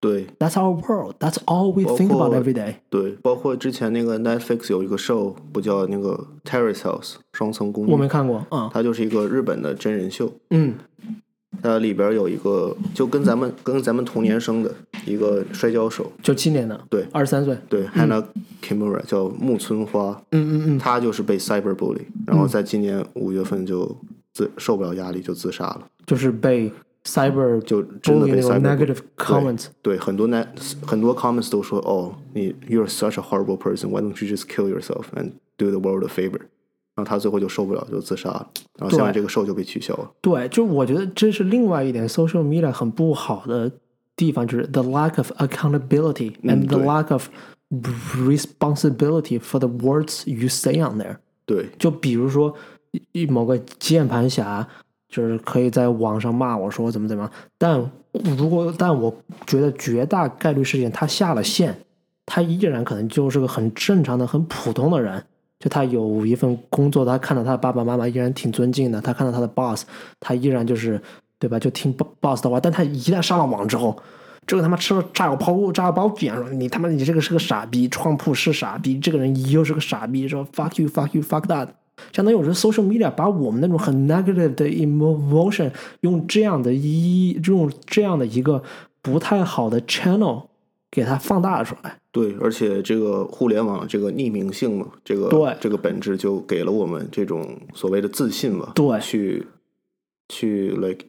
S2: 对
S1: That's our world, That's all we
S2: 包
S1: think about
S2: 括
S1: every day。
S2: 对，包括之前那个 Netflix 有一个 show 不叫那个 Terrace House 双层公寓，
S1: 我没看过，嗯
S2: 它就是一个日本的真人秀，
S1: 嗯，
S2: 它里边有一个就跟咱们跟咱们同年生的一个摔跤手，
S1: 九七年的，
S2: 对
S1: 二十三岁，嗯
S2: 对 Hannah Kimura 叫木村花，
S1: 嗯嗯。
S2: 她就是被 cyber bully，然后在今年五月份就自受不了压力就自杀了，
S1: 就是被 cyber
S2: 就真的
S1: bully 那
S2: 被
S1: 种
S2: cyber bully
S1: negative comments，
S2: 对，很多 net 很多 comments 都说，哦，你 you're such a horrible person, why don't you just kill yourself and do the world a favor？然后他最后就受不了，就自杀了。然后现在
S1: 对
S2: 这个 show 就被取消了。
S1: 对，就我觉得这是另外一点 social media 很不好的地方，就是 the lack of accountability
S2: 嗯
S1: and the
S2: 对
S1: lack of responsibility for the words you say on there。
S2: 对
S1: 就比如说一某个键盘侠，就是可以在网上骂我说怎么怎么样，但如果但我觉得绝大概率事件他下了线，他依然可能就是个很正常的、很普通的人。就他有一份工作，他看到他的爸爸妈妈依然挺尊敬的，他看到他的 boss，他依然就是对吧？就听 bo- boss 的话。但他一旦上了网之后，这个他妈吃了炸药泡沫炸药包子一样说你他妈你这个是个傻逼，川普是傻逼，这个人又是个傻逼，说 fuck you fuck you fuck that。相当于我觉得 social media 把我们那种很 negative 的 emotion 用这样的一用这样的一个不太好的 channel 给它放大出来。
S2: 对，而且这个互联网这个匿名性嘛，这个
S1: 对
S2: 这个本质就给了我们这种所谓的自信吧，
S1: 对
S2: 去去 like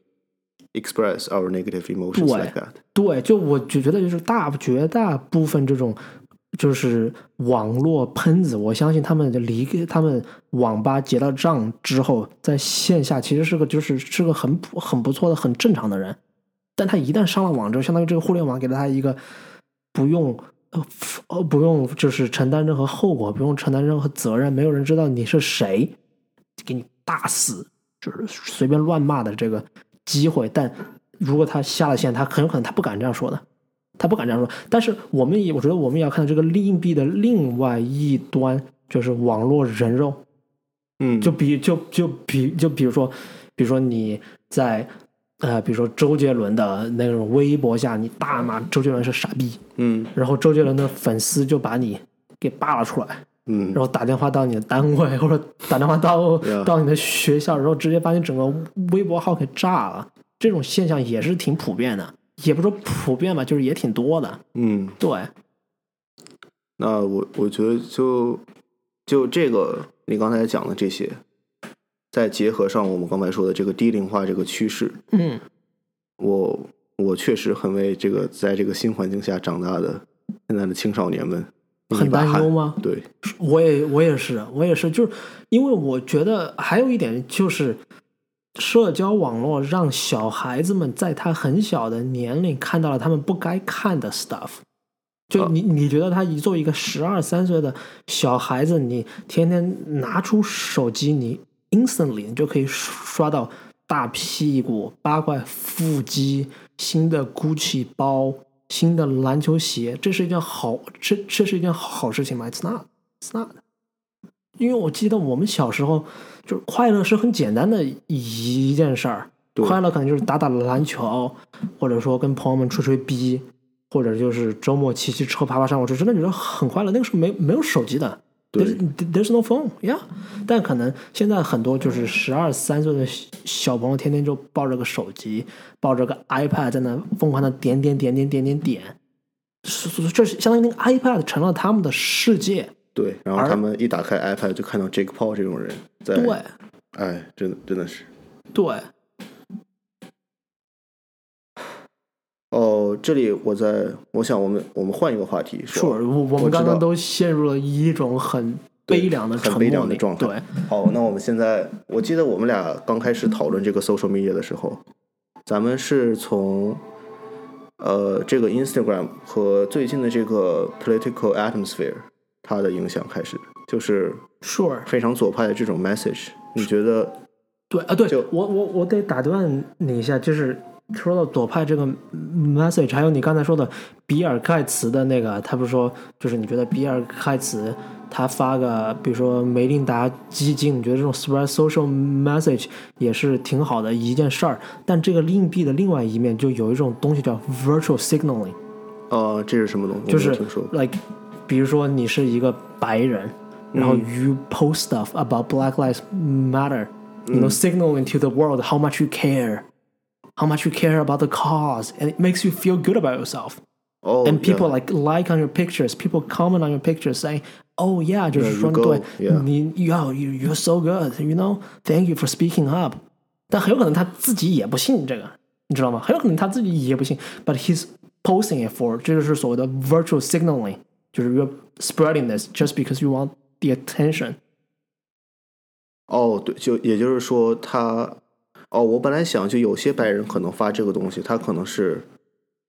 S2: express our negative
S1: 对
S2: emotions like that。
S1: 对，就我就觉得就是大绝大部分这种就是网络喷子，我相信他们就离开他们网吧结了账之后，在线下其实是个就是是个很普很不错的很正常的人，但他一旦上了网之后，相当于这个互联网给了他一个不用。呃负呃，不用，就是承担任何后果，不用承担任何责任，没有人知道你是谁，给你大死，就是随便乱骂的这个机会。但如果他下了线，他很有可能他不敢这样说的，他不敢这样说。但是我们也，我觉得我们也要看到这个硬币的另外一端，就是网络人肉。
S2: 嗯，
S1: 就比就就比就比如说，比如说你在呃，比如说周杰伦的那种微博下，你大骂周杰伦是傻逼，
S2: 嗯
S1: 然后周杰伦的粉丝就把你给扒拉出来。
S2: 嗯
S1: 然后打电话到你的单位，或者打电话到
S2: Yeah.
S1: 到你的学校，然后直接把你整个微博号给炸了。这种现象也是挺普遍的，也不是说普遍吧，就是也挺多的。
S2: 嗯，
S1: 对，
S2: 那我我觉得就就这个你刚才讲的这些，再结合上我们刚才说的这个低龄化这个趋势，
S1: 嗯，
S2: 我我确实很为这个在这个新环境下长大的现在的青少年们捏
S1: 很
S2: 一把
S1: 担
S2: 汗
S1: 忧吗？
S2: 对，
S1: 我也我也是，我也是，就是因为我觉得还有一点就是，社交网络让小孩子们在他很小的年龄看到了他们不该看的 stuff。就
S2: 啊
S1: 你你觉得他一作为一个十二三岁的小孩子，你天天拿出手机，你 instantly 你就可以刷到大屁股、八块腹肌、新的 GUCCI 包、新的篮球鞋，这是一件好这这是一件好事情吗？It's not。It's not，因为我记得我们小时候，就是快乐是很简单的一件事儿，
S2: 对
S1: 快乐可能就是打打篮球，或者说跟朋友们吹吹逼，或者就是周末骑骑车、爬爬山。我就真的觉得很快乐。那个时候没没有手机的
S2: 对
S1: ，there's there's no phone，yeah。但可能现在很多就是十二三岁的小小朋友，天天就抱着个手机，抱着个 iPad 在那疯狂的点点点点点点点，所所这是相当于那个 iPad 成了他们的世界。
S2: 对，然后他们一打开 iPad 就看到 Jake Paul 这种人在，
S1: 对，
S2: 哎，真的真的是。
S1: 对，
S2: 哦，这里我在，我想我们我们换一个话题
S1: 是
S2: 说。
S1: 我我
S2: 我
S1: 们
S2: 知道
S1: 刚刚都陷入了一种很
S2: 对
S1: 悲凉的
S2: 很
S1: 沉
S2: 悲
S1: 默
S2: 凉的
S1: 里
S2: 状态
S1: 对，
S2: 好，那我们现在，我记得我们俩刚开始讨论这个 social media 的时候，咱们是从呃这个 Instagram 和最近的这个 political atmosphere 它的影响开始，就是
S1: sure，
S2: 非常左派的这种 message。你觉得
S1: 对啊，对
S2: 就
S1: 我我我得打断你一下，就是说到左派这个 message，还有你刚才说的比尔盖茨的那个，他不是说就是你觉得比尔盖茨他发个比如说梅琳达基金，你觉得这种 spread social message 也是挺好的一件事儿，但这个硬币的另外一面就有一种东西叫 virtual signaling，
S2: 呃，这是什么东西？
S1: 就
S2: 我
S1: 是
S2: 没有听说过。
S1: like，比如说你是一个白人，然后 you post stuff about Black Lives Matter，you know signaling to the world how much you care。How much you care about the cause, and it makes you feel good about yourself.
S2: 哦
S1: And people
S2: Oh, yeah
S1: like like on your pictures, people comment on your pictures saying, "Oh yeah，就是
S2: you
S1: 说
S2: go,
S1: 对
S2: yeah.
S1: 你，Yo, you you're so good, you know, thank you for speaking up." 但很有可能他自己也不信这个，你知道吗？很有可能他自己也不信，but he's posting it for，这就是所谓的 virtual signaling，就是 you're spreading this just because you want the attention。
S2: 哦，对，就也就是说他，哦，我本来想就有些白人可能发这个东西，他可能是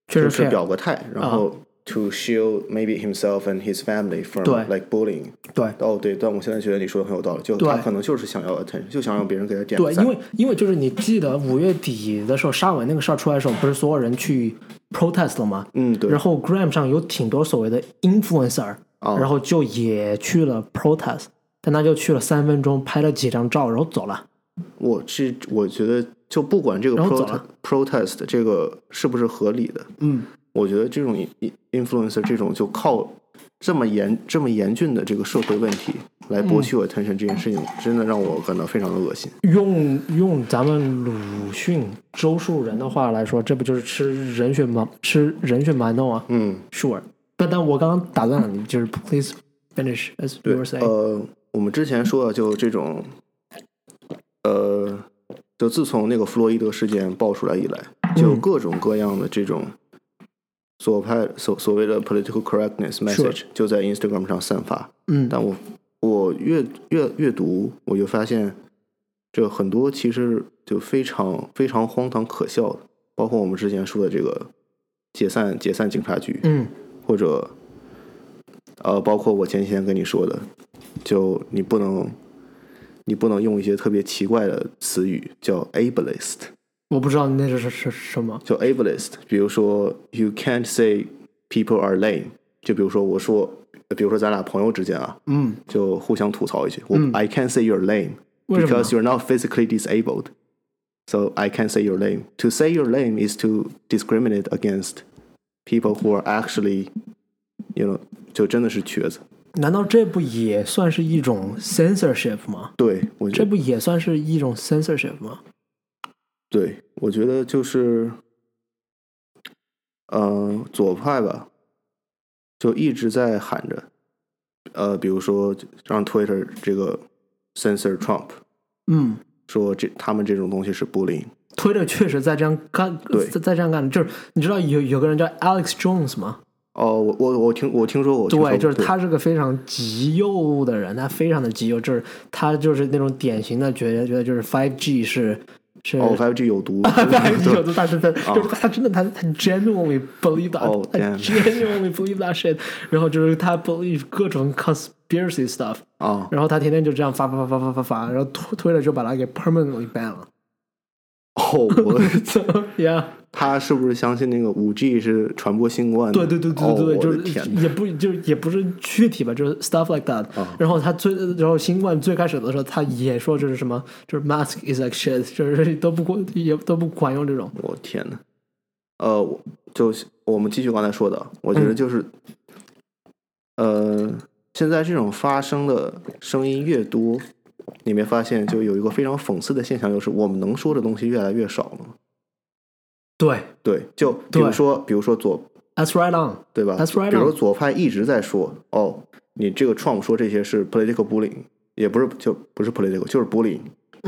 S1: 确实
S2: 就是
S1: 这样
S2: 表个态，然后 to shield maybe himself and his family from
S1: 对
S2: like bullying。
S1: 对
S2: 哦，对，但我现在觉得你说的很有道理，就
S1: 对
S2: 他可能就是想要 attention，就想让别人给他点
S1: 对，
S2: 赞。
S1: 因为因为就是你记得五月底的时候，沙文那个事儿出来的时候，不是所有人去 protest 了吗？
S2: 嗯，对
S1: 然，后 Gram 上有挺多所谓的 influencer，、
S2: 哦
S1: 然后就也去了 protest，但他就去了三分钟，拍了几张照，然后走了。
S2: 我是我觉得就不管这个
S1: 然后走
S2: protest
S1: 了
S2: protest 这个是不是合理的，
S1: 嗯，
S2: 我觉得这种 in- influencer 这种就靠这么严这么严峻的这个社会问题来
S1: 嗯
S2: 博取我 attention 这件事情，真的让我感到非常的恶心。
S1: 用用咱们鲁迅周树人的话来说，这不就是吃人血馒吃人血馒头啊
S2: 嗯，
S1: ？Sure，但但我刚刚打断了你，就是 please finish as
S2: 对
S1: you were，saying。
S2: 呃，我们之前说的就这种，呃，就自从那个弗洛伊德事件爆出来以来，就
S1: 嗯
S2: 各种各样的这种左派所所谓的 political correctness message 就在 Instagram 上散发。
S1: 嗯，
S2: 但我我越越阅读，我就发现这很多其实就非常非常荒唐可笑的，包括我们之前说的这个解散解散警察局，
S1: 嗯，
S2: 或者呃，包括我前几天跟你说的，就你不能你不能用一些特别奇怪的词语，叫 ableist，
S1: 我不知道那是是是什么。
S2: 叫 ableist，比如说 you can't say people are lame，就比如说我说，比如说咱俩朋友之间啊，
S1: 嗯，
S2: 就互相吐槽一句。我、I can't say you're lame
S1: 为什么呢
S2: because you're not physically disabled, so I can't say you're lame. To say you're lame is to discriminate against people who are actually, you know，就真的是瘸子。
S1: 难道这不也算是一种 censorship 吗？
S2: 对我觉
S1: 这
S2: 得，
S1: 不也算是一种 censorship 吗？
S2: 对我觉得就是，呃，左派吧，就一直在喊着，呃，比如说让 Twitter 这个 censor Trump，
S1: 嗯
S2: 说这他们这种东西是 bullying。
S1: 推特确实在这样干，
S2: 对
S1: 在在这样干。就是你知道有有个人叫 Alex Jones 吗？
S2: 哦，我我我听我听说过，我听说过
S1: 对，就是他是个非常极右的人，他非常的极右，就是他就是那种典型的觉得觉得就是 Five G 是是 [LAUGHS]
S2: 对哦，Five G 有毒，
S1: Five G
S2: 对啊
S1: 有的大师分，就是他真的他他 genuinely believe that，、
S2: 哦
S1: 他
S2: 天
S1: genuinely believe that shit，然后就是他 believe 各种 conspiracy stuff。
S2: 啊，
S1: 然后他天天就这样发发发发发发发，然后推推了就把他给 permanently ban 了。 [LAUGHS]
S2: 哦，我 [LAUGHS]
S1: So, yeah，
S2: 他是不是相信那个五 G 是传播新冠的？
S1: 对对对对对对，
S2: 哦我
S1: 就
S2: 的
S1: 是
S2: 天哪，啊
S1: 也不就也不是具体吧，就是 stuff like that、然后他最然后新冠最开始的时候，他也说就是什么，就是 mask is like shit，就是都不管也都不管用这种。
S2: 我天哪！呃，我就是我们继续刚才说的，我
S1: 嗯
S2: 觉得就是，呃，现在这种发声的声音越多，你没发现就有一个非常讽刺的现象，就是我们能说的东西越来越少了吗。
S1: 对
S2: 对，就比如
S1: 对
S2: 说，比如说左
S1: ，that's right on。
S2: 对吧
S1: That's right
S2: 比如说
S1: on.
S2: 左派一直在说，哦，你这个 Trump 说这些是 political bullying，也不是就不是 political，就是 bullying，、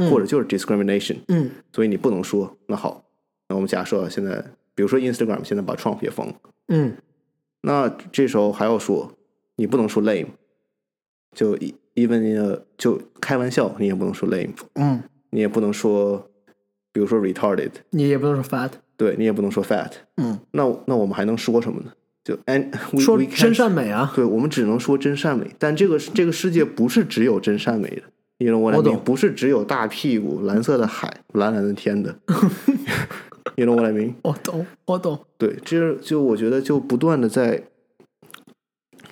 S2: 或者就是 discrimination，
S1: 嗯，
S2: 所以你不能说。那好，那我们假设现在，比如说 Instagram 现在把 Trump 也封了，
S1: 嗯，
S2: 那这时候还要说，你不能说 lame，就 e- even in a- 就开玩笑，你也不能说 lame，
S1: 嗯，
S2: 你也不能说，比如说 retarded，
S1: 你也不能说 fat，
S2: 对你也不能说 fat，
S1: 嗯，
S2: 那那我们还能说什么呢？就 and we,
S1: 说
S2: we can't
S1: 真善美啊。
S2: 对，我们只能说真善美，但这个这个世界不是只有真善美的， You know what I
S1: 我
S2: mean？
S1: 懂
S2: 不是只有大屁股、蓝色的海、蓝蓝的
S1: [LAUGHS]
S2: 天的。you know what I mean？
S1: 我懂，我懂，
S2: 对，这就我觉得就不断的在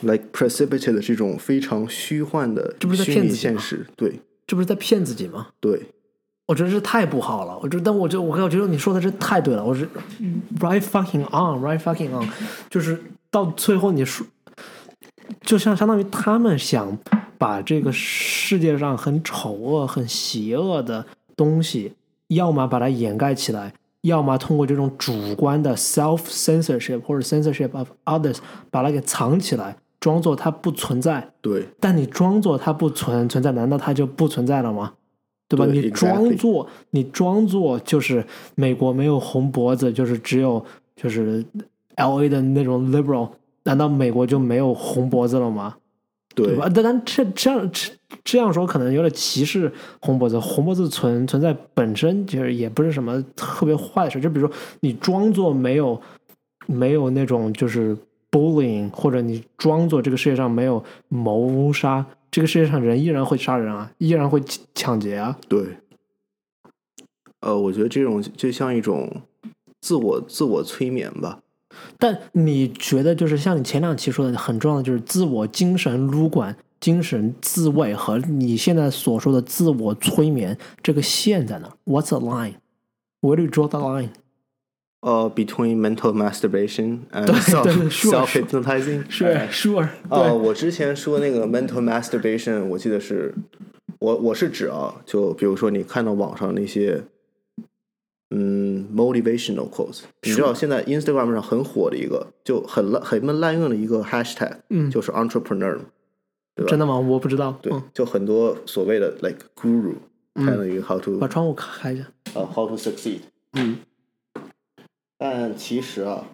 S2: ，like precipitate 的这种非常虚幻的
S1: 这不是在
S2: 虚
S1: 骗
S2: 拟
S1: 自己
S2: 现
S1: 吗
S2: 实，对
S1: 这不是在骗自己吗？
S2: 对，我
S1: 我觉得这太不好了。我觉得，但我觉得，我我觉得你说的这太对了。我是 right fucking on，right fucking on，就是到最后你说，就像相当于他们想把这个世界上很丑恶、很邪恶的东西，要么把它掩盖起来，要么通过这种主观的 self censorship 或者 censorship of others 把它给藏起来，装作它不存在。
S2: 对
S1: 但你装作它不存存在，难道它就不存在了吗？对吧？
S2: 对
S1: 你
S2: exactly
S1: 装作你装作就是美国没有红脖子，就是只有就是 L A 的那种 liberal，难道美国就没有红脖子了吗？
S2: 对
S1: 对吧？但但这这样这这样说可能有点歧视红脖子。红脖子存存在本身其实也不是什么特别坏的事，就比如说你装作没有没有那种就是 bullying，或者你装作这个世界上没有谋杀，这个世界上人依然会杀人啊，依然会抢抢劫啊。
S2: 对。呃，我觉得这种就像一种自我自我催眠吧，
S1: 但你觉得就是像你前两期说的很重要的就是自我精神撸管、精神自卫和你现在所说的自我催眠，这个线在哪儿？What's the line? Where do you draw the line?
S2: 呃、b e t w e e n mental masturbation
S1: [LAUGHS]
S2: and
S1: 对
S2: self
S1: 对对，sure，
S2: self
S1: sure
S2: hypnotizing，
S1: sure，
S2: 呃，我之前说那个 mental masturbation，我记得是，我我是指啊，就比如说你看到网上那些，嗯，motivational quotes，你知道现在 Instagram 上很火的一个，就很滥很滥用的一个 hashtag，
S1: 嗯
S2: 就是 entrepreneur，嘛
S1: 真的吗？我不知道。
S2: 对
S1: 嗯，
S2: 就很多所谓的 like guru，看到一个 how to
S1: 把窗户开着。
S2: 呃、how to succeed。
S1: 嗯，
S2: 但其实啊，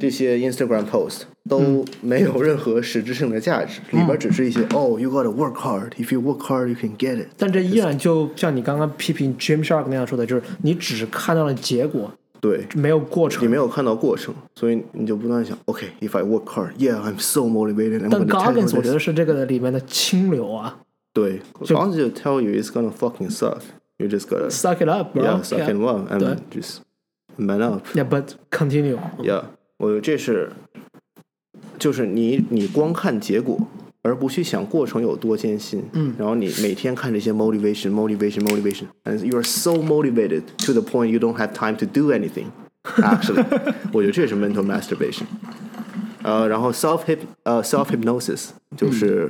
S2: 这些 Instagram post 都没有任何实质性的价值，里边只是一些、哦，you gotta work hard, if you work hard, you can get it。
S1: 但这依然就像你刚刚批评 Jim Shark 那样说的，就是你只看到了结果，
S2: 对，
S1: 没有过
S2: 你
S1: 程。
S2: 没有看到过程，所以你就不断想，OK，if、I work hard, yeah, I'm so motivated. I'm
S1: 但
S2: gonna tackle
S1: Goggins 我
S2: this
S1: 觉得是这个里面的清流啊
S2: [LAUGHS] 对
S1: 就
S2: ，I'll just tell you it's gonna fucking suck. You just gotta
S1: ，suck it
S2: yeah, suck
S1: up，bro，yeah，but
S2: and run and
S1: 对
S2: just man up.
S1: continue。
S2: Yeah，我觉得这是，就是你你光看结果，而不去想过程有多艰辛。嗯，然后你每天看这些 motivation motivation motivation and you are so motivated to the point you don't have time to do anything. Actually，我觉得这是 mental masturbation。呃，然后 self hyp 呃 self hypnosis 就是，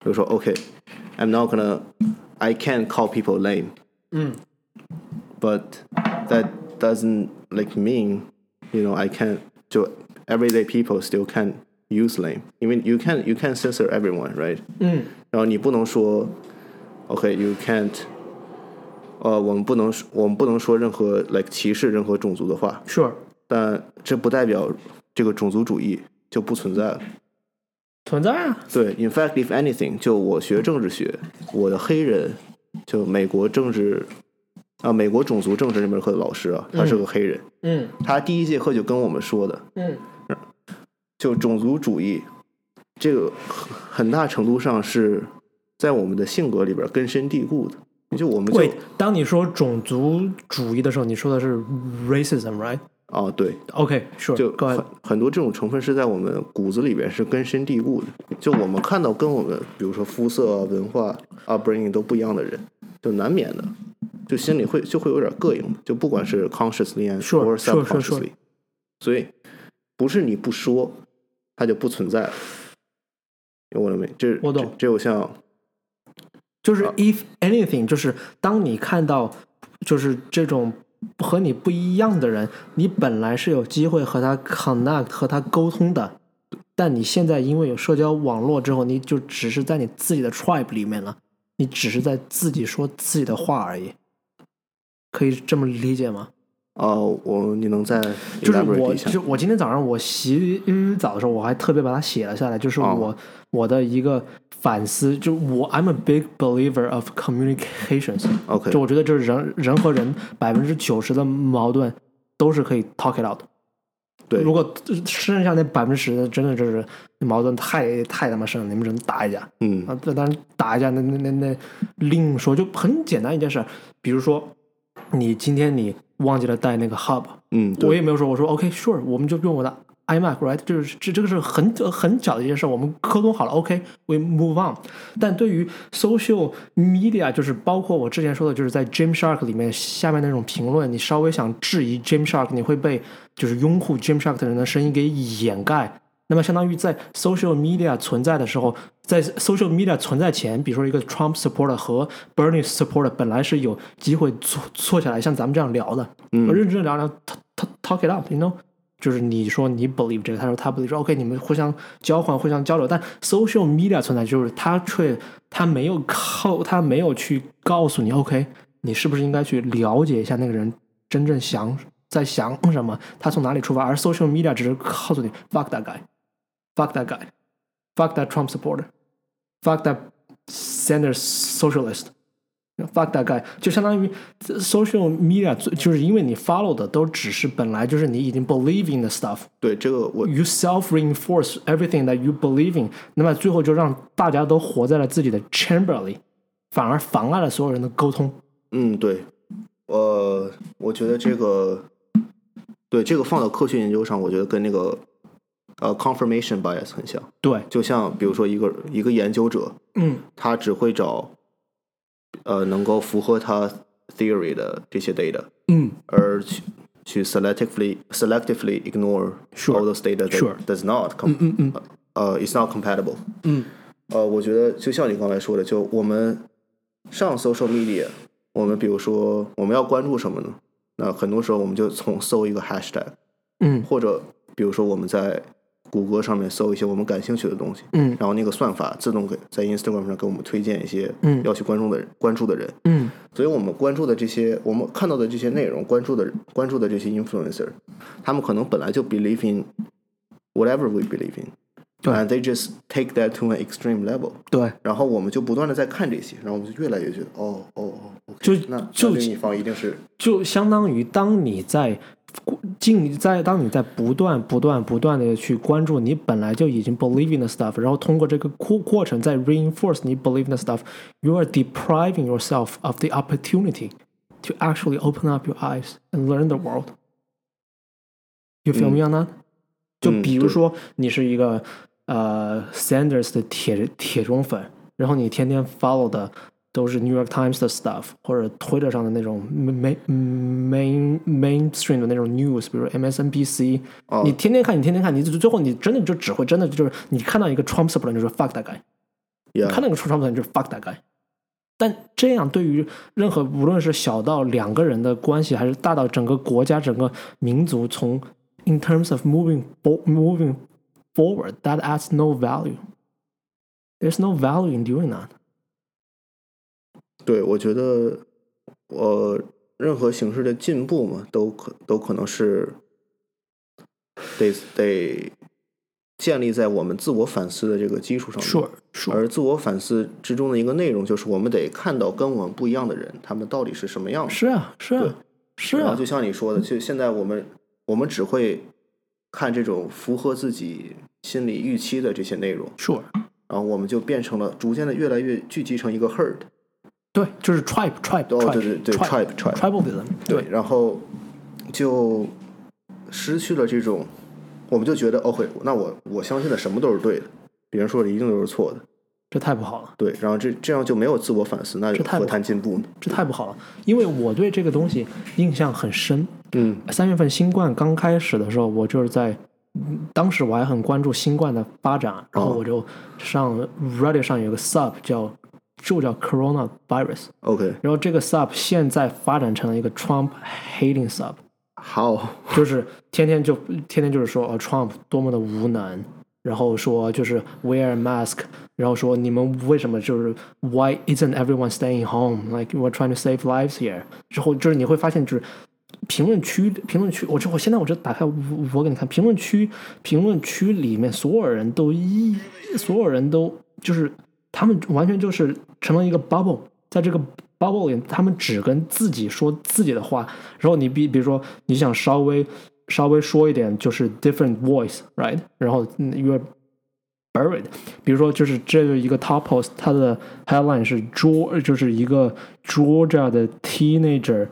S2: 比如说 OK，I'm、not gonna I can call people lame。but that doesn't like mean you know I can so everyday people still can use lame. I mean you can you can censor everyone, right?
S1: 嗯。
S2: 然后你不能说，OK you can't，呃，我们不能说我们不能说任何 like 歧视任何种族的话，
S1: Sure，
S2: 但这不代表这个种族主义就不存在了。
S1: 存在啊。
S2: 对，in fact if anything，就我学政治学，我的黑人就美国政治。啊，美国种族政治那门课的老师啊，他是个黑人，
S1: 嗯
S2: 他第一节课就跟我们说的，
S1: 嗯
S2: 就种族主义，这个很大程度上是在我们的性格里边根深蒂固的。就我们就
S1: ，Wait，当你说种族主义的时候，你说的是 racism，right？
S2: 啊，对，
S1: OK，sure，
S2: 就
S1: go ahead
S2: 很很多这种成分是在我们骨子里边是根深蒂固的。就我们看到跟我们比如说肤色啊、文化、upbringing 都不一样的人，就难免的，就心里会就会有点膈应。就不管是 consciously and
S1: Sure,
S2: or
S1: sure, sure,
S2: subconsciously，所以不是你不说，它就不存在了。我懂没？这
S1: 我懂
S2: 这这有像
S1: 就是 if anything，就是当你看到就是这种和你不一样的人，你本来是有机会和他 connect 和他沟通的，但你现在因为有社交网络之后，你就只是在你自己的 tribe 里面了，你只是在自己说自己的话而已，可以这么理解吗？
S2: 哦，我你能再
S1: 就是我，
S2: elaborate 一下
S1: 就我今天早上我洗澡的时候，我还特别把它写了下来，就是
S2: 哦
S1: 我、我的一个反思，就我 I'm a big believer of communications，
S2: OK
S1: 就我觉得就是人人和人百分之九十的矛盾都是可以 talk it out 的。
S2: 对
S1: 如果剩下那百分之十，真的就是矛盾太太他妈深了，你们只能打一架
S2: 嗯
S1: 啊！这当然打一架，那那那那另说，就很简单一件事儿，比如说你今天你忘记了带那个 hub，
S2: 嗯，
S1: 我
S2: 对，
S1: 也没有说，我说 OK sure，我们就用我的 iMac，right？就是这这个是很很小的一件事，我们沟通好了，OK，we、move on。但对于 social media，就是包括我之前说的，就是在 Jim Shark 里面下面那种评论，你稍微想质疑 Jim Shark，你会被就是拥护 Jim Shark 的人的声音给掩盖。那么，相当于在 social media 存在的时候，在 social media 存在前，比如说一个 Trump supporter 和 Bernie supporter 本来是有机会坐坐下来像咱们这样聊的，
S2: 嗯
S1: 我认真地聊聊，talk talk talk it out，you know，就是你说你 believe 这个，他说他 believe，说 OK，你们互相交换、互相交流，但 social media 存在就是他却他没有靠他没有去告诉你 OK，你是不是应该去了解一下那个人真正想在想什么，他从哪里出发，而 social media 只是告诉你 fuck that guy，fuck that guy，fuck that Trump supporter，fuck that Sanders socialist。fuck that guy，就相当于 social media，最就是因为你 follow 的都只是本来就是你已经 believe in 的 stuff，you
S2: 对这个我
S1: self reinforce everything that you believe in，那么最后就让大家都活在了自己的 chamber 里，反而妨碍了所有人的沟通。
S2: 嗯，对，呃，我觉得这个，对这个放到科学研究上，我觉得跟那个呃 confirmation bias 很像。
S1: 对，
S2: 就像比如说一个一个研究者，
S1: 嗯，
S2: 他只会找呃能够符合他 theory 的这些 data，
S1: 嗯，
S2: 而去去 selectively selectively ignore
S1: Sure.
S2: all those data that
S1: Sure.
S2: does not com
S1: 嗯嗯
S2: 呃、it's not compatible。
S1: 嗯，
S2: 呃，我觉得就像你刚才说的，就我们上 social media，我们比如说我们要关注什么呢？那很多时候我们就从搜一个 hashtag，
S1: 嗯
S2: 或者比如说我们在谷歌上面搜一些我们感兴趣的东西，
S1: 嗯
S2: 然后那个算法自动给在 Instagram 上给我们推荐一些
S1: 嗯
S2: 要去关注的人、关注的人，
S1: 嗯
S2: 所以我们关注的这些我们看到的这些内容、关注的关注的这些 influencer，他们可能本来就 believe in whatever we believe in。
S1: 对
S2: And they just take that to an extreme level，
S1: 对，
S2: 然后我们就不断的在看这些，然后我们就越来越觉得，哦哦哦，OK，
S1: 就
S2: 那
S1: 就
S2: 那另一方一定是
S1: 就相当于当你在进在当你在不断不断不断的去关注你本来就已经 believing 的 stuff，然后通过这个过过程在 reinforce 你 believing 的 stuff，you are depriving yourself of the opportunity to actually open up your eyes and learn the world。You feel me on that？、就
S2: Mm. 嗯
S1: 比如
S2: 对
S1: 说你是一个、呃 Sanders 的铁铁中粉，然后你天天 follow 的都是 New York Times 的 stuff，或者推特上的那种 main main mainstream 的那种 news，比如 MSNBC，、
S2: 哦
S1: 你天天看，你天天看，你最最后你真的就只会真的就是你看到一个 Trump supporter 你就说 fuck that guy，
S2: ，yeah，
S1: 看到一个 Trump supporter 你就 fuck that guy。但这样对于任何无论是小到两个人的关系，还是大到整个国家、整个民族，从 in terms of moving fo- moving forward, that adds no value. There's no value in doing that.
S2: 对，我觉得，呃，任何形式的进步嘛，都可都可能是得得建立在我们自我反思的这个基础上面。
S1: sure.
S2: 而自我反思之中的一个内容，就是我们得看到跟我们不一样的人，他们到底是什么样子。
S1: 是啊，是
S2: 对
S1: 啊，是
S2: 然后
S1: 啊
S2: 就，像你说的，就现在我们我们只会看这种符合自己心理预期的这些内容，
S1: sure。
S2: 然后我们就变成了逐渐的越来越聚集成一个 herd。
S1: 对，就是 tribe tribe
S2: 哦对对
S1: tribe
S2: 对 tribe tribe
S1: tribalism。
S2: 对，，然后就失去了这种，我们就觉得 OK，那我我相信的什么都是对的，别人说的一定都是错的，
S1: 这太不好了，
S2: 对，然后这这样就没有自我反思，那
S1: 这太
S2: 何
S1: 不
S2: 谈进步呢？
S1: 这太不好了，因为我对这个东西印象很深。
S2: 嗯
S1: 三月份新冠刚开始的时候，我就是在，嗯当时我还很关注新冠的发展，然后我就上 Reddit 上有个 sub 叫就叫 Corona Virus，
S2: ，OK，
S1: 然后这个 sub 现在发展成了一个 Trump hating sub，
S2: 好，
S1: 就是天天就天天就是说呃 Trump 多么的无能，然后说就是 wear a mask，然后说你们为什么就是 why isn't everyone staying home？Like we're trying to save lives here。之后就是你会发现就是。评论区，评论区，我这我现在我这打开我我给你看评论区，评论区里面所有人都一，所有人都就是他们完全就是成了一个 bubble，在这个 bubble 里，他们只跟自己说自己的话，然后你比比如说你想稍微稍微说一点，就是 different voice，right？然后 you're buried。比如说，就是这有一个 top post，它的 headline 是 George，就是一个 Georgia 的 teenager，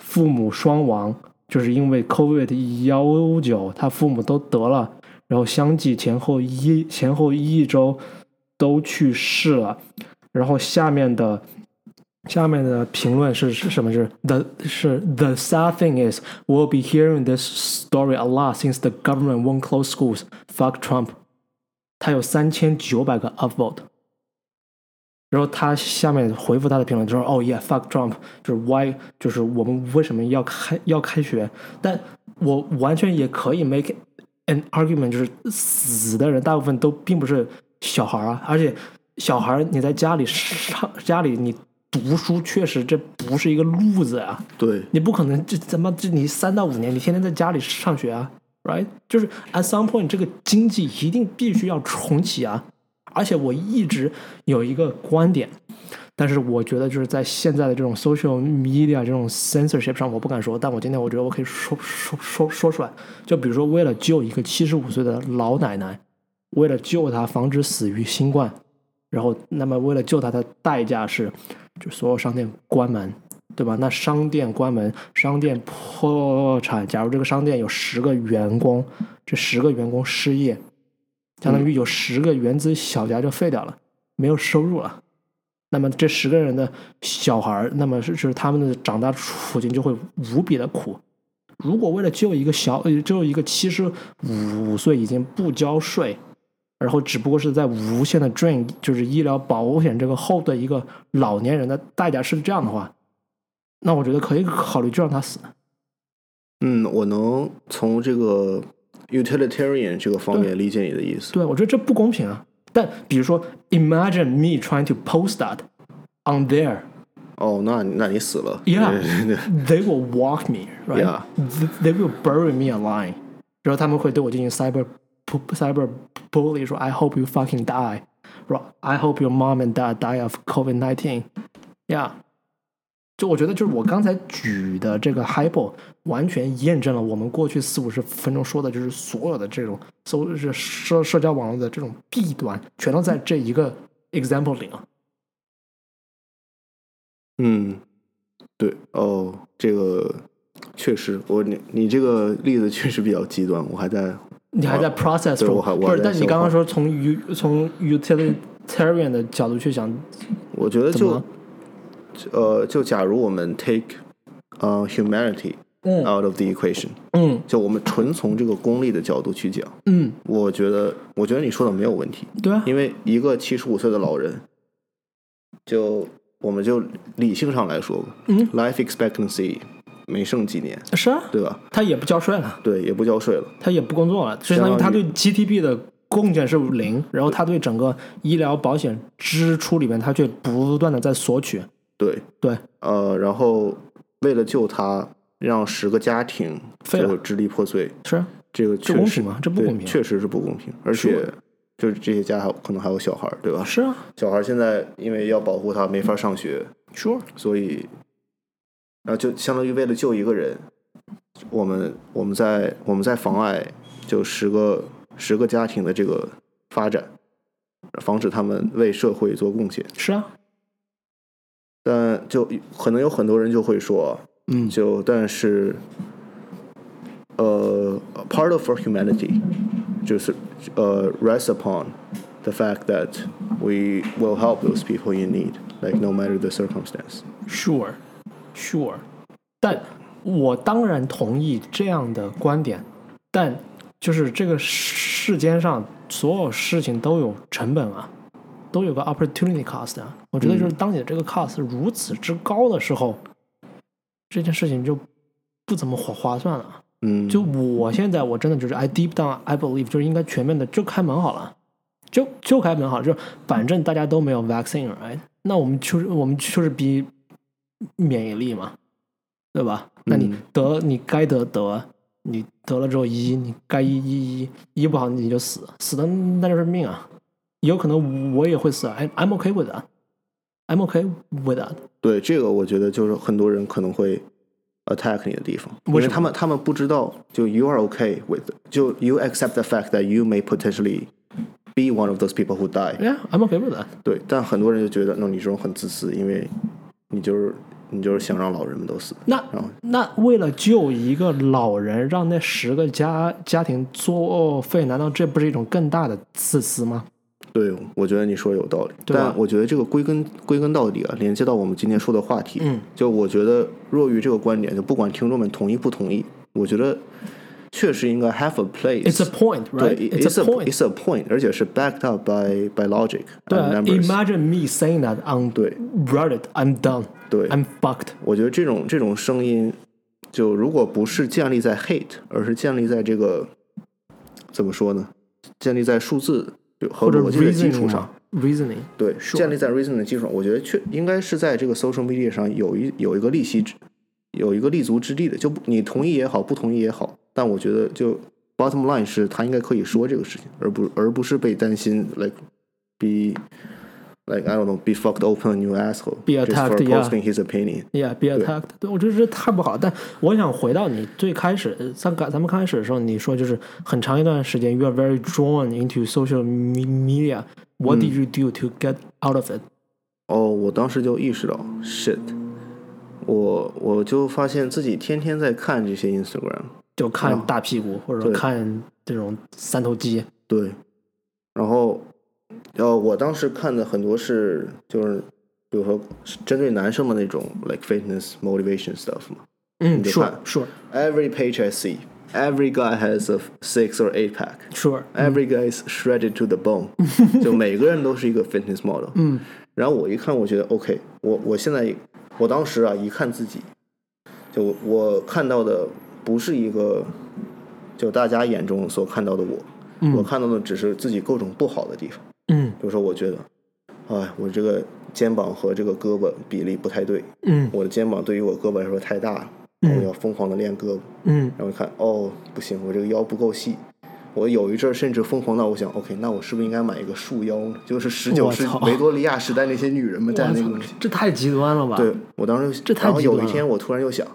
S1: 父母双亡，就是因为 COVID 幺九，他父母都得了，然后相继前后一前后一周都去世了。然后下面的下面的评论是是什么？是 the 是 the sad thing is we'll be hearing this story a lot since the government won't close schools. Fuck Trump。他有三千九百个 upvote。然后他下面回复他的评论就是：“哦、oh,，yeah，fuck Trump，就是 why，就是我们为什么要开要开学？但我完全也可以 make an argument，就是死的人大部分都并不是小孩啊，而且小孩你在家里上家里你读书，确实这不是一个路子啊。
S2: 对，
S1: 你不可能这他妈这你三到五年，你天天在家里上学啊，right？就是 at some point 这个经济一定必须要重启啊。而且我一直有一个观点，但是我觉得就是在现在的这种 social media 这种 censorship 上，我不敢说，但我今天我觉得我可以说说说说出来。就比如说，为了救一个七十五岁的老奶奶，为了救她防止死于新冠，然后那么为了救她的代价是，就所有商店关门，对吧？那商店关门，商店破产。假如这个商店有十个员工，这十个员工失业，相当于有十个原资小家就废掉了，没有收入了。那么这十个人的小孩儿，那么是就是他们的长大处境就会无比的苦。如果为了救一个小，呃救一个七十五岁已经不交税，然后只不过是在无限的 drain，就是医疗保险这个后的一个老年人的代价是这样的话，那我觉得可以考虑就让他死。
S2: 嗯，我能从这个 utilitarian 这个方面理解你的意思。
S1: 对，我觉得这不公平啊。但比如说，imagine me trying to post that on there，
S2: 哦，那你那你死了。
S1: Yeah
S2: 对对对
S1: they will walk me, right?
S2: Yeah.
S1: Th- They will bury me alive. 然后他们会对我进行 cyber pu- cyber bully，说 I hope you fucking die，说 I hope your mom and dad die of COVID nineteen。Yeah，就我觉得就是我刚才举的这个 hypo 完全验证了我们过去四五十分钟说的，就是所有的这种搜是社社交网络的这种弊端，全都在这一个 example 里啊。
S2: 嗯，对，哦，这个确实，我你你这个例子确实比较极端，我还在
S1: 你还在 process
S2: 啊对
S1: 中，
S2: 我还我
S1: 不
S2: 还
S1: 是？
S2: 在
S1: 但你
S2: 消
S1: 刚
S2: 化
S1: 刚说从 u 从 utilitarian 的角度去想，
S2: 我觉得
S1: 怎么
S2: 就
S1: 了
S2: 呃，就假如我们 take 呃 humanity
S1: 嗯
S2: out of the equation，、
S1: 嗯
S2: 就我们纯从这个功利的角度去讲，
S1: 嗯，
S2: 我觉得我觉得你说的没有问题，
S1: 对啊，
S2: 因为一个七十五岁的老人，就我们就理性上来说吧，
S1: 嗯
S2: ，life expectancy 没剩几年，
S1: 是啊，
S2: 对吧？
S1: 他也不交税了，
S2: 对，也不交税了。
S1: 他也不工作了，就相当于他对 GDP 的贡献是零，然后他对整个医疗保险支出里面，他却不断的在索取，
S2: 对，
S1: 对，
S2: 呃，然后为了救他，让十个家庭
S1: 废了
S2: 就支离破碎，
S1: 是啊
S2: 这个
S1: 这
S2: 确
S1: 公
S2: 实
S1: 平吗？这不
S2: 对
S1: 公平啊，
S2: 确实是不公平，而且就是这些家还有可能还有小孩儿，对吧？
S1: 是啊
S2: 小孩儿现在因为要保护他没法上学，
S1: ，sure，
S2: 所以，然后就相当于为了救一个人，我们我们在我们在妨碍就十个十个家庭的这个发展，防止他们为社会做贡献。
S1: 是啊，
S2: 但就可能有很多人就会说，
S1: 嗯
S2: 就但是，呃，part of our humanity 就是呃 rests upon the fact that we will help those people in need, like no matter the circumstance。
S1: Sure, sure，但我当然同意这样的观点，但就是这个世间上所有事情都有成本啊，都有个 opportunity cost 啊。我觉得就是当你的这个 cost 如此之高的时候，这件事情就不怎么划划算了啊。
S2: 嗯，
S1: 就我现在我真的就是 I deep down I believe 就是应该全面的就开门好了，就就开门好了，就反正大家都没有 vaccine right，那我们就是我们就是比免疫力嘛，对吧？那你得你该得得，你得了之后医，你该医医医，医不好你就死，死的那就是命啊，有可能我也会死，I I'm okay with that，I'm okay with that，
S2: 对这个，我觉得就是很多人可能会 attack 你的地方，因
S1: 为什
S2: 为
S1: 么
S2: 他们他们不知道，就 you are okay with，就 you accept the fact that you may potentially be one of those people who die。
S1: Yeah, I'm okay with that.
S2: 对，但很多人就觉得，那你这种很自私，因为你就是你就是想让老人们都死。
S1: 那
S2: 然后
S1: 那为了救一个老人，让那十个家家庭作废，难道这不是一种更大的自私吗？
S2: 对，我觉得你说有道理，
S1: 对吧
S2: 但我觉得这个归根归根到底啊，连接到我们今天说的话题，
S1: 嗯，
S2: 就我觉得若愚这个观点，就不管听众们同意不同意，我觉得确实应该 have a place。
S1: It's a point,
S2: 对
S1: right?
S2: ，it's
S1: It's
S2: a
S1: a point.
S2: it's a point，而且是 backed up by by logic
S1: 对啊
S2: and
S1: Uh,
S2: numbers。
S1: ，Imagine me saying that on
S2: 对
S1: Reddit, I'm done,
S2: 对，
S1: I'm fucked.
S2: 我觉得这种这种声音，就如果不是建立在 hate，而是建立在这个怎么说呢？建立在数字和
S1: 或者
S2: 逻辑的基
S1: reasoning
S2: 础上
S1: 啊。reasoning，
S2: 对，
S1: Sure
S2: 建立在 reason 的基础上，我觉得确应该是在这个 social media 上有一有一个立息之，有一个立足之地的。就不你同意也好，不同意也好，但我觉得就 bottom line 是他应该可以说这个事情，而不而不是被担心 like be like I don't know be fucked open you asshole
S1: Be
S2: just for
S1: attacked, yeah.
S2: posting his opinion。
S1: Yeah, be attacked 对。我觉得这太不好了。但我想回到你最开始，咱咱们刚开始的时候，你说就是很长一段时间，you are very drawn into social me- media. What
S2: 嗯
S1: did you do to get out of it？、
S2: 哦，我当时就意识到 shit，我我就发现自己天天在看这些 Instagram，
S1: 就
S2: 嗯
S1: 看大屁股，或者
S2: 对
S1: 说看这种三头肌。
S2: 对，然后，呃，我当时看的很多是就是，比如说是针对男生的那种 like fitness motivation stuff 嘛。
S1: 嗯
S2: 你就
S1: ，sure
S2: 看
S1: sure
S2: Every page I see, every guy has a six or eight pack.
S1: sure。
S2: Every guy is shredded to
S1: [LAUGHS]
S2: the bone，就每个人都是一个 fitness model。
S1: 嗯，
S2: 然后我一看，我觉得 OK，我我现在我当时啊一看自己，就我看到的不是一个就大家眼中所看到的我，我看到的只是自己各种不好的地方。
S1: 嗯
S2: 比如说，我觉得，哎，我这个肩膀和这个胳膊比例不太对，
S1: 嗯
S2: 我的肩膀对于我胳膊来说太大了，
S1: 嗯
S2: 我要疯狂的练胳膊。
S1: 嗯
S2: 然后一看，哦，不行，我这个腰不够细。我有一阵儿甚至疯狂到我想，OK，那我是不是应该买一个束腰呢？就是十九
S1: 我
S2: 世
S1: 操
S2: 维多利亚时代那些
S1: [LAUGHS]
S2: 女人们戴的那个东西。
S1: 这太极端了吧？
S2: 对我当时，
S1: 这太
S2: 然后
S1: 极
S2: 有
S1: 端
S2: 一
S1: 了
S2: 天我突然又想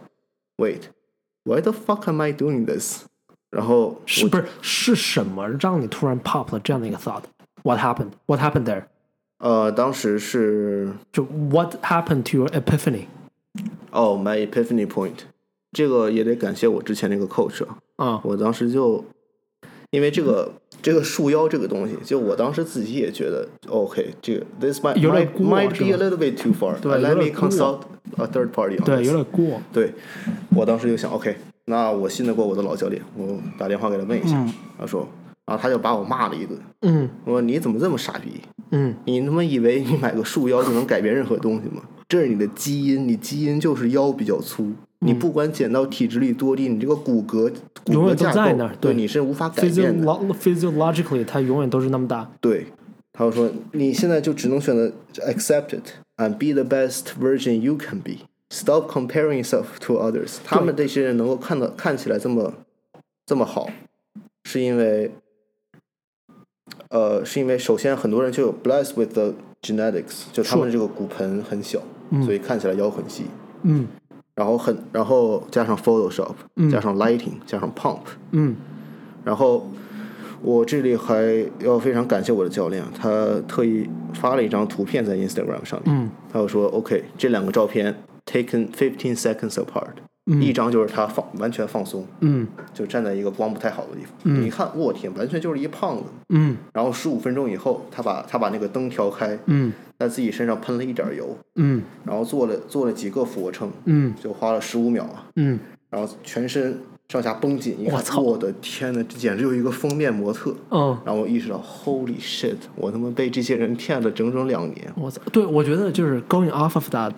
S2: ，Wait，why the fuck am I doing this？然后
S1: 是
S2: 我
S1: 不是是什么让你突然 pop 了这样的一个 thought？What happened? What happened there?
S2: 呃，当时是
S1: 就 What happened to your epiphany？
S2: 哦、m y epiphany point，这个也得感谢我之前那个 coach 啊。
S1: 啊、
S2: 我当时就因为这个这个束腰这个东西，就我当时自己也觉得 OK，这个 this might
S1: 有点
S2: might
S1: 过
S2: might
S1: 是
S2: be a
S1: 吧
S2: little bit too far，
S1: 对
S2: Uh,
S1: 有
S2: let
S1: 点
S2: me
S1: 过
S2: consult a third party on
S1: 对，有
S2: this
S1: 点过。
S2: 对，我当时就想 OK，那我信得过我的老教练，我打电话给他问一下，他说，然后他就把我骂了一顿，
S1: 嗯
S2: 我说你怎么这么傻逼？
S1: 嗯，
S2: 你他妈以为你买个束腰就能改变任何东西吗？这是你的基因，你基因就是腰比较粗，你不管减到体脂率多低，你这个骨骼骨
S1: 嗯永
S2: 骼
S1: 远都
S2: 架
S1: 在
S2: 构
S1: 那儿
S2: 对
S1: 对
S2: 你是无法改变的。
S1: Physiolo- physiologically，它永远都是那么大。
S2: 对，他就说你现在就只能选择 accept it and be the best version you can be. Stop comparing yourself to others。他们这些人能够看到看起来这么这么好，是因为呃，是因为首先很多人就有 blessed with the genetics，就他们这个骨盆很小，所以看起来腰很细。
S1: 嗯
S2: 然后很，然后加上 Photoshop，、
S1: 嗯
S2: 加上 Lighting，加上 Pump，
S1: 嗯
S2: 然后我这里还要非常感谢我的教练，他特意发了一张图片在 Instagram 上面，
S1: 嗯
S2: 他就说 OK，这两个照片 taken fifteen seconds apart，、一张就是他放完全放松，
S1: 嗯
S2: 就站在一个光不太好的地方，你一看，我天，完全就是一胖子。
S1: 嗯
S2: 然后十五分钟以后，他把他把那个灯调开，
S1: 嗯
S2: 在自己身上喷了一点油，
S1: 嗯
S2: 然后做了做了几个俯卧撑，
S1: 嗯
S2: 就花了十五秒啊，
S1: 嗯，
S2: 然后全身上下绷紧，一看
S1: 我操
S2: 我的天呐，这简直就是一个封面模特。
S1: 嗯，
S2: 然后我意识到，Holy shit！我他妈被这些人骗了整整两年。
S1: 我操，对我觉得就是 going off of that，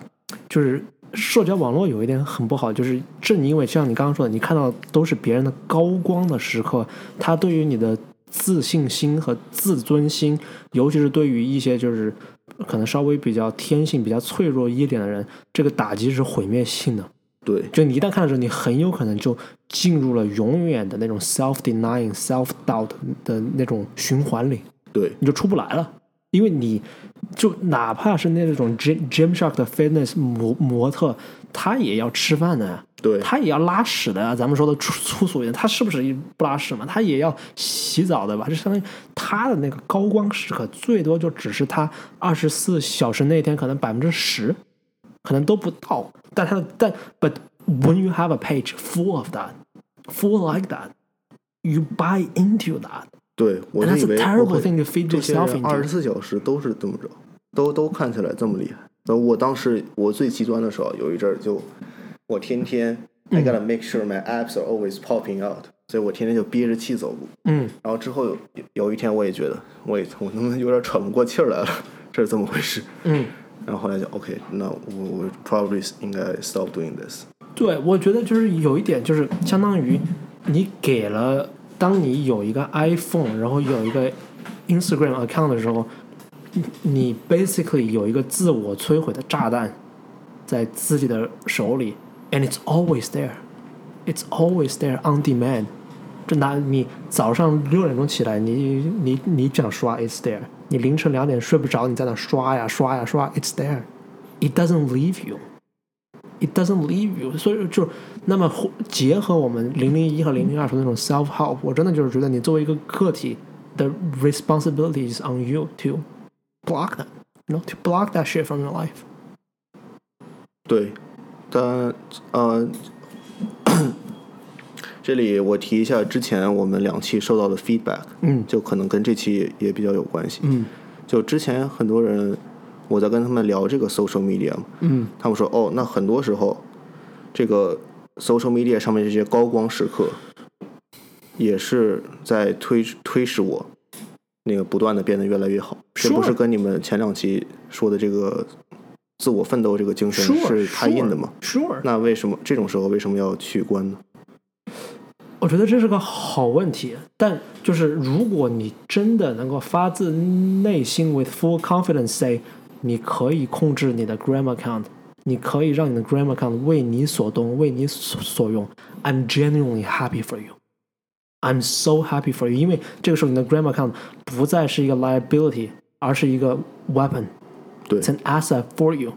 S1: 就是社交网络有一点很不好，就是正因为像你刚刚说的，你看到都是别人的高光的时刻，它对于你的自信心和自尊心，尤其是对于一些就是可能稍微比较天性比较脆弱一点的人，这个打击是毁灭性的。
S2: 对
S1: 就你一旦看的时候，你很有可能就进入了永远的那种 self denying、self doubt 的那种循环里，
S2: 对
S1: 你就出不来了。因为你就哪怕是那种 Gym Gymshark 的 fitness 模模特，他也要吃饭的呀，
S2: 对，
S1: 他也要拉屎的啊，咱们说的粗粗俗一点，他是不是不拉屎嘛？他也要洗澡的吧？就相当于他的那个高光时刻，最多就只是他二十四小时那天可能百分之十，可能都不到。但他的但 but when you have a page full of that, full like that, you buy into that,
S2: 对我
S1: and
S2: 哎就
S1: that's a
S2: 以为
S1: terrible thing to feed
S2: 这些
S1: yourself
S2: 人二
S1: into.
S2: 十四小时都是这么着，都都看起来这么厉害。那我当时我最极端的时候，有一阵儿就我天天、I gotta make sure my abs are always popping out，所以我天天就憋着气走路。
S1: 嗯，
S2: 然后之后有有一天我也觉得，我也我他妈有点喘不过气儿来了，这是怎么回事？
S1: 嗯，
S2: 然后后来就 OK，那我我 probably 应该 stop doing this。
S1: 对，我觉得就是有一点，就是相当于你给了，当你有一个 iPhone，然后有一个 Instagram account 的时候，你你 basically 有一个自我摧毁的炸弹在自己的手里，and it's always there。It's always there on demand。这拿你早上六点钟起来，你你你想刷，It's there。你凌晨两点睡不着，你在那刷呀刷呀刷，It's there。It doesn't leave you。It doesn't leave you。所以就是那么或结合我们零零一和零零二说的那种 self help，我真的就是觉得你作为一个个体的 responsibility is on you to block that。You know, to block that shit from your life。
S2: 对，但呃， [COUGHS] 这里我提一下之前我们两期收到的 feedback，
S1: 嗯
S2: 就可能跟这期也比较有关系。
S1: 嗯
S2: 就之前很多人，我在跟他们聊这个 social media 嘛，
S1: 嗯
S2: 他们说哦，那很多时候这个 social media 上面这些高光时刻，也是在推推使我那个不断的变得越来越好。这不
S1: Sure
S2: 是跟你们前两期说的这个自我奋斗这个精神
S1: ，Sure，
S2: 是啊开印的吗？
S1: ？Sure，
S2: 那为什么这种时候为什么要取关呢？
S1: 我觉得这是个好问题，但就是如果你真的能够发自内心 with full confidence say，你可以控制你的 gram account，你可以让你的 gram account 为你所动，为你所所用，I'm genuinely happy for you。I'm so happy for you，因为这个时候你的 gram account 不再是一个 liability，而是一个 weapon。
S2: 对
S1: it's an asset for you。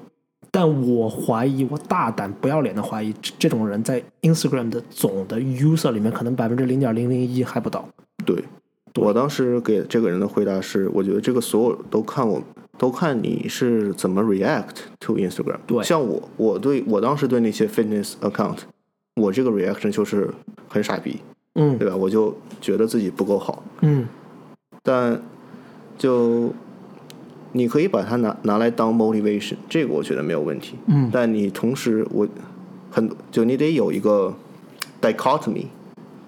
S1: 但我怀疑，我大胆不要脸的怀疑，这这种人在 Instagram 的总的 user 里面，可能百分之零点零零一还不到。
S2: 对，我当时给这个人的回答是，我觉得这个所有都看我，都看你是怎么 react to Instagram。
S1: 对
S2: 像我，我对我当时对那些 fitness account，我这个 reaction 就是很傻逼，
S1: 嗯
S2: 对吧？我就觉得自己不够好，
S1: 嗯，
S2: 但就你可以把它拿拿来当 motivation，这个我觉得没有问题。
S1: 嗯
S2: 但你同时我很就你得有一个 dichotomy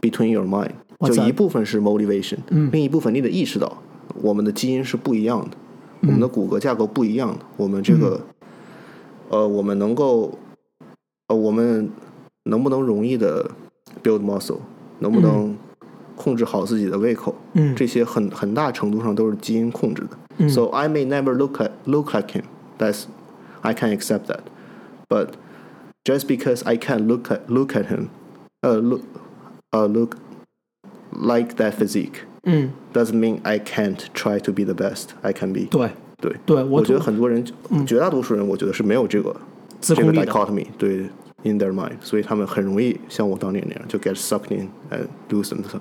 S2: between your mind，
S1: What's
S2: 就
S1: that？
S2: 一部分是 motivation，、另
S1: 嗯
S2: 一部分你得意识到我们的基因是不一样的，我们的骨骼架构不一样的，我们这个、呃，我们能够呃，我们能不能容易的 build muscle，能不能控制好自己的胃口？
S1: 嗯
S2: 这些很很大程度上都是基因控制的。So I may never look at look like him. That's I can accept that. But just because I can look at look at him, uh, look, uh, look like that physique
S1: 嗯，
S2: doesn't mean I can't try to be the best I can be.
S1: 对
S2: 对，
S1: 对，我
S2: 我觉得
S1: 同
S2: 很多人，绝大多数人，我觉得是没有这个
S1: 自
S2: 这
S1: 控
S2: 个
S1: 力的。
S2: dichotomy 对 in their mind，所以他们很容易像我当年那样，就 get sucked in and do something。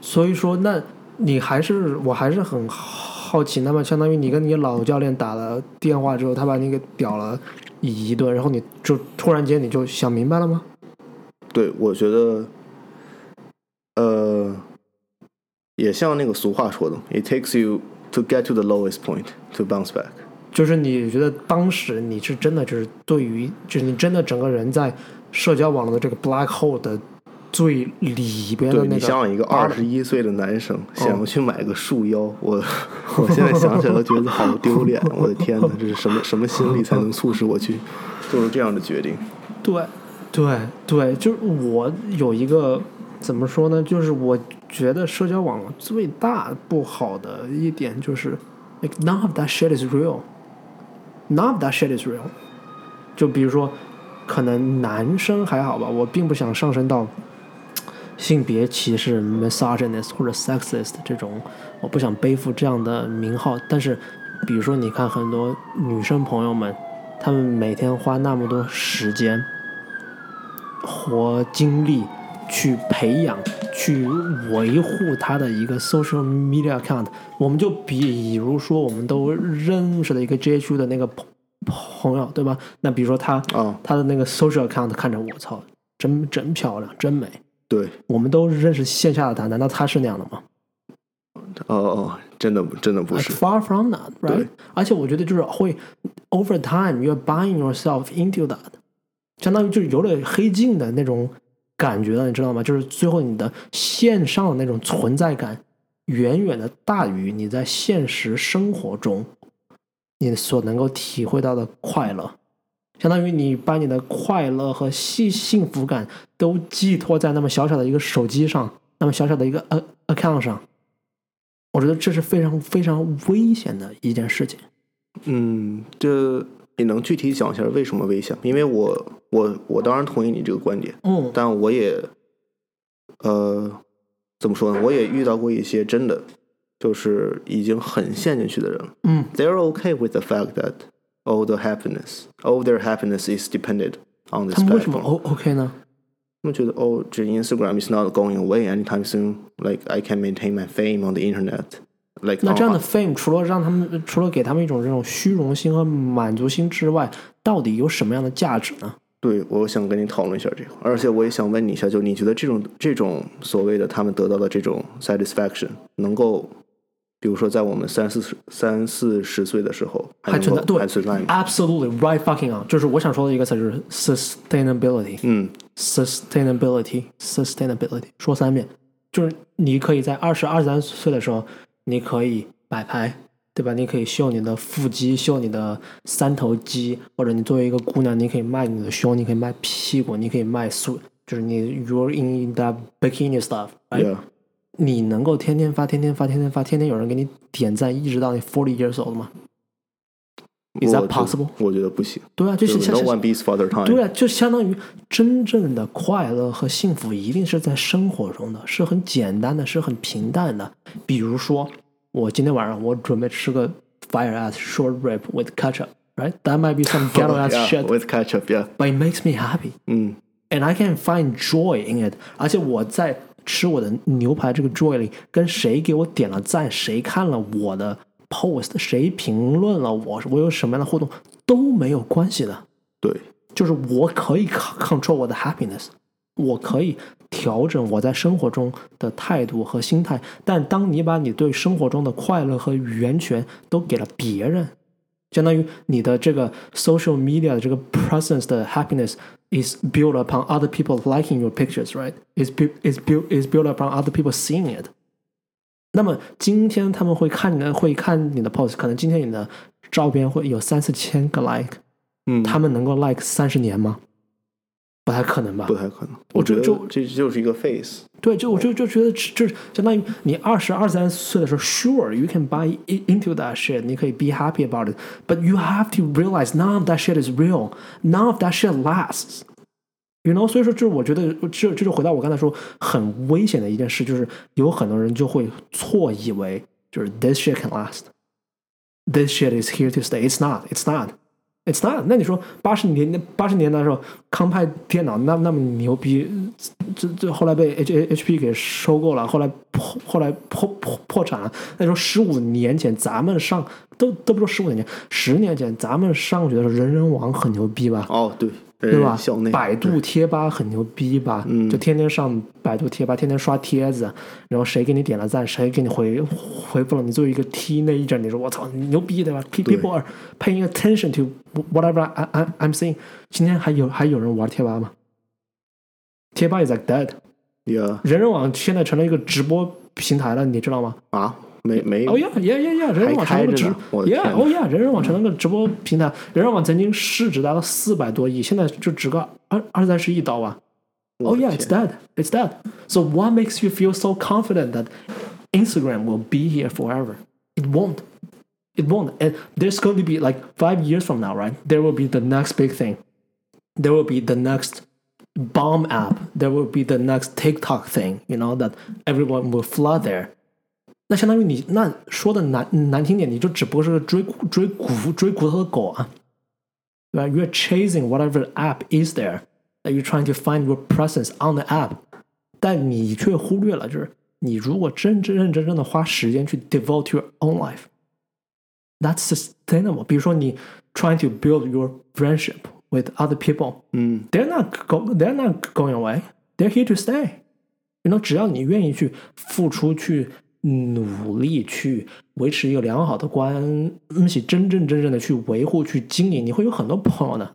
S1: 所以说，那你还是我还是很好奇，那么相当于你跟你老教练打了电话之后，他把你给屌了一顿，然后你就突然间你就想明白了吗？
S2: 对，我觉得，呃，也像那个俗话说的，it takes you to get to the lowest point to bounce back。
S1: 就是你觉得当时你是真的就是对于，就是你真的整个人在社交网络的这个 black hole 的最里边的
S2: 对
S1: 那个，
S2: 你想想一个二十哦一岁的男生想要去买个束腰，我我现在想起来都觉得好丢脸，我的天哪，这是什么什么心理才能促使我去做出这样的决定？
S1: 对，对，对，就是我有一个怎么说呢？就是我觉得社交网络最大不好的一点就是，like none of that shit is real。None of that shit is real。就比如说，可能男生还好吧，我并不想上升到性别歧视、misogynist 或者 sexist 这种，我不想背负这样的名号。但是，比如说，你看很多女生朋友们，她们每天花那么多时间和精力去培养、去维护他的一个 social media account。我们就比如说，我们都认识的一个 JHU 的那个朋朋友，对吧？那比如说他
S2: 啊，
S1: 他的那个 social account 看着我操，真真漂亮，真美。
S2: 对，
S1: 我们都认识线下的他，难道他是那样的吗？
S2: 哦哦，真的不真的不
S1: Like
S2: 是，
S1: far from that,
S2: 对
S1: right？而且我觉得就是会 over time you're buying yourself into that，相当于就是有点黑镜的那种感觉了，你知道吗？就是最后你的线上的那种存在感，远远的大于你在现实生活中你所能够体会到的快乐。相当于你把你的快乐和幸幸福感都寄托在那么小小的一个手机上，那么小小的一个呃 account 上，我觉得这是非常非常危险的一件事情。
S2: 嗯，这你能具体讲一下为什么危险？因为我我我当然同意你这个观点，
S1: 嗯
S2: 但我也，呃，怎么说呢？我也遇到过一些真的就是已经很陷进去的人了。
S1: 嗯
S2: They're okay with the fact that all the happiness, all their happiness is dependent on this
S1: 他们为什么
S2: platform.
S1: O OK 呢？
S2: 他们觉得哦，这 Instagram is not going away anytime soon. Like I can maintain my fame on the internet. Like
S1: 那
S2: on-
S1: 这样的 fame 除了让他们除了给他们一种这种虚荣心和满足心之外，到底有什么样的价值呢？
S2: 对，我想跟你讨论一下这个，而且我也想问你一下，就你觉得这种这种所谓的他们得到的这种 satisfaction，能够，比如说在我们三四十三四十岁的时候
S1: 还
S2: 还能
S1: 存
S2: 够
S1: 在对
S2: 还存在吗？
S1: Absolutely right fucking on，就是我想说的一个词就是 sustainability。
S2: 嗯，
S1: sustainability sustainability 说三遍，就是你可以在二十二三岁的时候，你可以摆拍，对吧？你可以秀你的腹肌，秀你的三头肌，或者你作为一个姑娘，你可以卖你的胸，你可以卖屁股，你可以卖素，就是你 you're in the bikini stuff，、
S2: 对啊，
S1: 你能够天天发，天天发，天天发，天天有人给你点赞，一直到你 forty years old 吗？Is that
S2: 我觉
S1: possible？
S2: 我觉得不行，
S1: 对啊，就
S2: 就是是
S1: 像
S2: no
S1: 像
S2: one beats father time。
S1: 对啊，就相当于真正的快乐和幸福，一定是在生活中的，是很简单的，是很平淡的。比如说，我今天晚上我准备吃个 fire ass short rib with ketchup，right? That might be some ghetto ass
S2: Oh, yeah,
S1: shit,
S2: with catch up, yeah，
S1: but it makes me happy
S2: 嗯
S1: and I can find joy in it。而且我在吃我的牛排这个 joy 里，跟谁给我点了赞，谁看了我的 post，谁评论了我，我有什么样的互动都没有关系的。
S2: 对，
S1: 就是我可以 con- control 我的 happiness，我可以调整我在生活中的态度和心态。但当你把你对生活中的快乐和源泉都给了别人，相当于你的这个 social media 的这个 presence 的 happiness is built upon other people liking your pictures, right? Is built is built is built upon other people seeing it. 那么今天他们会看你的，会看你的 post，可能今天你的照片会有三四千个 like，
S2: 嗯，
S1: 他们能够 like 三十年吗？不太可能吧
S2: 不？太可能。
S1: 我
S2: 我觉
S1: 就
S2: 得
S1: 就
S2: 这就是一个 face，
S1: 对，就我就就觉得就是相当于你二十二三岁的时候，sure you can buy i- into that shit，你可以 be happy about it，but you have to realize none of that shit is real，none of that shit lasts。You know，所以说就是我觉得这这就回到我刚才说很危险的一件事，就是有很多人就会错以为就是 this shit can last，this shit is here to stay，it's not，it's not。It's not。那你说八十年代八十年代的时候，康派电脑那那么牛逼，这这后来被 H H P 给收购了，后来破后来破破破产了。那时候十五年前，咱们上都都不说十五年前，十年前咱们上学的时候，人人网很牛逼吧？
S2: 哦，对，
S1: 对嗯吧
S2: 人校内？
S1: 百度贴吧很牛逼吧？就天天上百度贴吧，天天刷帖子，然后谁给你点了赞，谁给你回回复了，你作为一个 T 那一阵，你说我操牛逼对吧？Pe-？People are paying attention to whatever I I I'm saying。今天还有还有人玩贴吧吗？贴吧 is like dead。
S2: ，yeah
S1: 人人网现在成了一个直播平台了，你知道吗？
S2: 啊，没没
S1: 哦呀呀呀呀！人人网成了个直
S2: 还开着呢我的天
S1: 呀
S2: 哪
S1: 哦呀！人人网成了个直播平台，人人网曾经市值达到四百多亿，现在就值个二二三十亿刀啊！
S2: 我
S1: Oh
S2: 的
S1: yeah,
S2: 天
S1: it's dead. It's dead. So what makes you feel so confident that Instagram will be here forever? It won't. It won't. And there's going to be like five years from now, right? There will be the next big thing. There will be the next bomb app. There will be the next TikTok thing. You know that everyone will flood there. 那相当于你那说的难难听点，你就只不过是个追骨追骨追骨头的狗啊，对吧？You're chasing whatever app is there. that you're trying to find your presence on the app，但你却忽略了，就是你如果真真认真真的花时间去 devote your own life，that's sustainable。比如说你 trying to build your friendship with other people，
S2: 嗯
S1: they're not go they're not going away. They're here to stay. You know，只要你愿意去付出、去努力、去维持一个良好的关系，真正真正的去维护、去经营，你会有很多朋友的。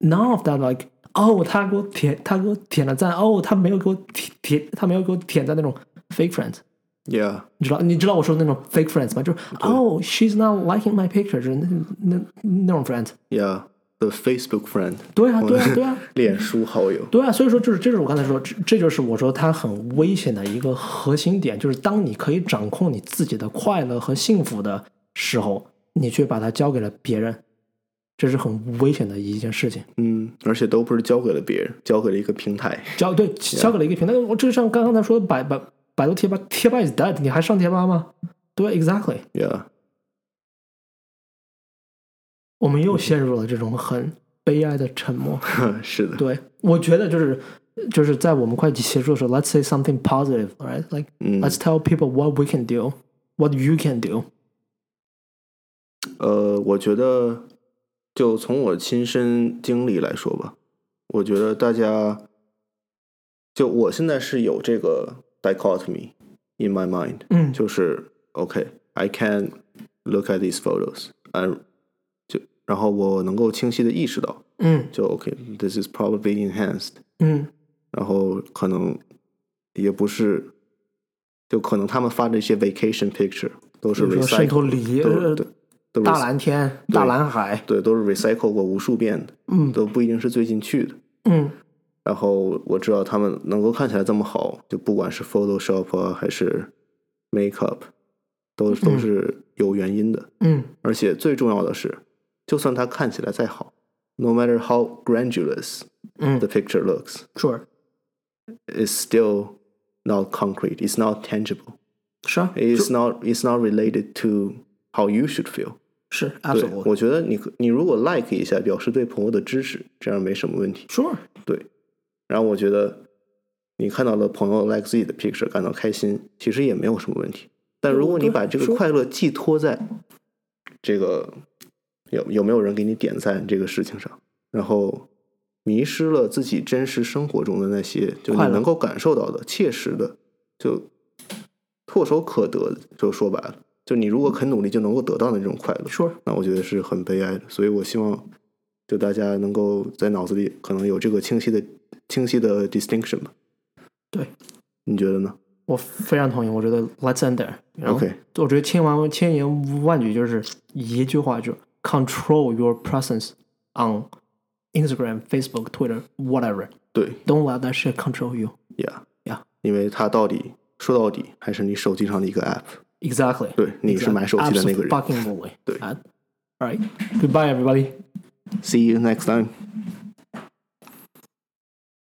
S1: None of that like 哦，他给我点，他给我点了赞，哦，他没有给我点点，他没有给我点赞那种 fake friends。
S2: ，Yeah，
S1: 你知道你知道我说的那种 fake friends 吗？就是哦、s h e s not liking my picture，就是那那那种 friends。
S2: Yeah，the Facebook friend，
S1: 对啊，对啊，对啊。
S2: 脸书好友，
S1: 对啊，所以说就是这就是我刚才说，这这就是我说它很危险的一个核心点，就是当你可以掌控你自己的快乐和幸福的时候，你却把它交给了别人，这是很危险的一件事情。
S2: 嗯，而且都不是交给了别人，交给了一个平台，
S1: 交对交给了一个平台，我就像刚刚他说的百百百度贴吧，贴吧 is dead，你还上贴吧吗？对，exactly，
S2: ，Yeah， [LAUGHS]
S1: 我们又陷入了这种很悲哀的沉默。
S2: 是的，
S1: 对，我觉得就是就是在我们快结束的时候，let's say something positive，right？Like
S2: 嗯，
S1: Let's tell people what we can do, what you can do。
S2: 呃，我觉得就从我亲身经历来说吧，我觉得大家就我现在是有这个 dichotomy in my mind，
S1: 嗯，
S2: 就是 OK，I、can look at these photos，and 就然后我能够清晰的意识到，
S1: 嗯
S2: 就 OK，this、is probably enhanced，
S1: 嗯
S2: 然后可能也不是，就可能他们发的一些 vacation picture 都是
S1: 比如说圣
S2: recycle，
S1: 托里、
S2: 都
S1: 呃
S2: 对，都
S1: 大
S2: recycle-
S1: 蓝天、大蓝海，
S2: 对，都是 recycle 过无数遍的，
S1: 嗯
S2: 都不一定是最近去的。
S1: 嗯
S2: 然后我知道他们能够看起来这么好，就不管是 Photoshop 啊还是 makeup，都都是有原因的。
S1: 嗯
S2: 而且最重要的是，就算它看起来再好，no matter how grandiose
S1: 嗯
S2: the picture looks,
S1: mm. ，Sure，
S2: it's still not concrete. It's not tangible.
S1: 是啊，
S2: It's not. It's not related to how you should feel.
S1: 是
S2: 对，
S1: ，Absolutely，Sure，
S2: 我觉得你你如果 like 一下，表示对朋友的支持，这样没什么问题。对，然后我觉得你看到了朋友 like 自己的 picture 感到开心，其实也没有什么问题。但如果你
S1: 对
S2: 把这个
S1: 说
S2: 快乐寄托在这个有有没有人给你点赞这个事情上，然后迷失了自己真实生活中的那些，就你
S1: 快乐
S2: 能够感受到的、切实的，就唾手可得的，就说白了，就你如果肯努力就能够得到的那种快乐，
S1: ，Sure，
S2: 那我觉得是很悲哀的。所以我希望，就大家能够在脑子里可能有这个清晰的、清晰的 distinction 吧。
S1: 对，
S2: 你觉得呢
S1: 我非常同意，我觉得 Let's end there。然后
S2: ？OK，
S1: 我觉得千万千言万语就是一句话，就是 Control your presence on Instagram、Facebook、Twitter、whatever。
S2: 对
S1: Don't let that shit control you。
S2: ，Yeah
S1: Yeah
S2: 因为它到底说到底还是你手机上的一个 app，
S1: Exactly。
S2: [LAUGHS] 对，你是买手机的那个人。
S1: Fucking
S2: [LAUGHS] 对
S1: All right. Goodbye, everybody.
S2: See you next time.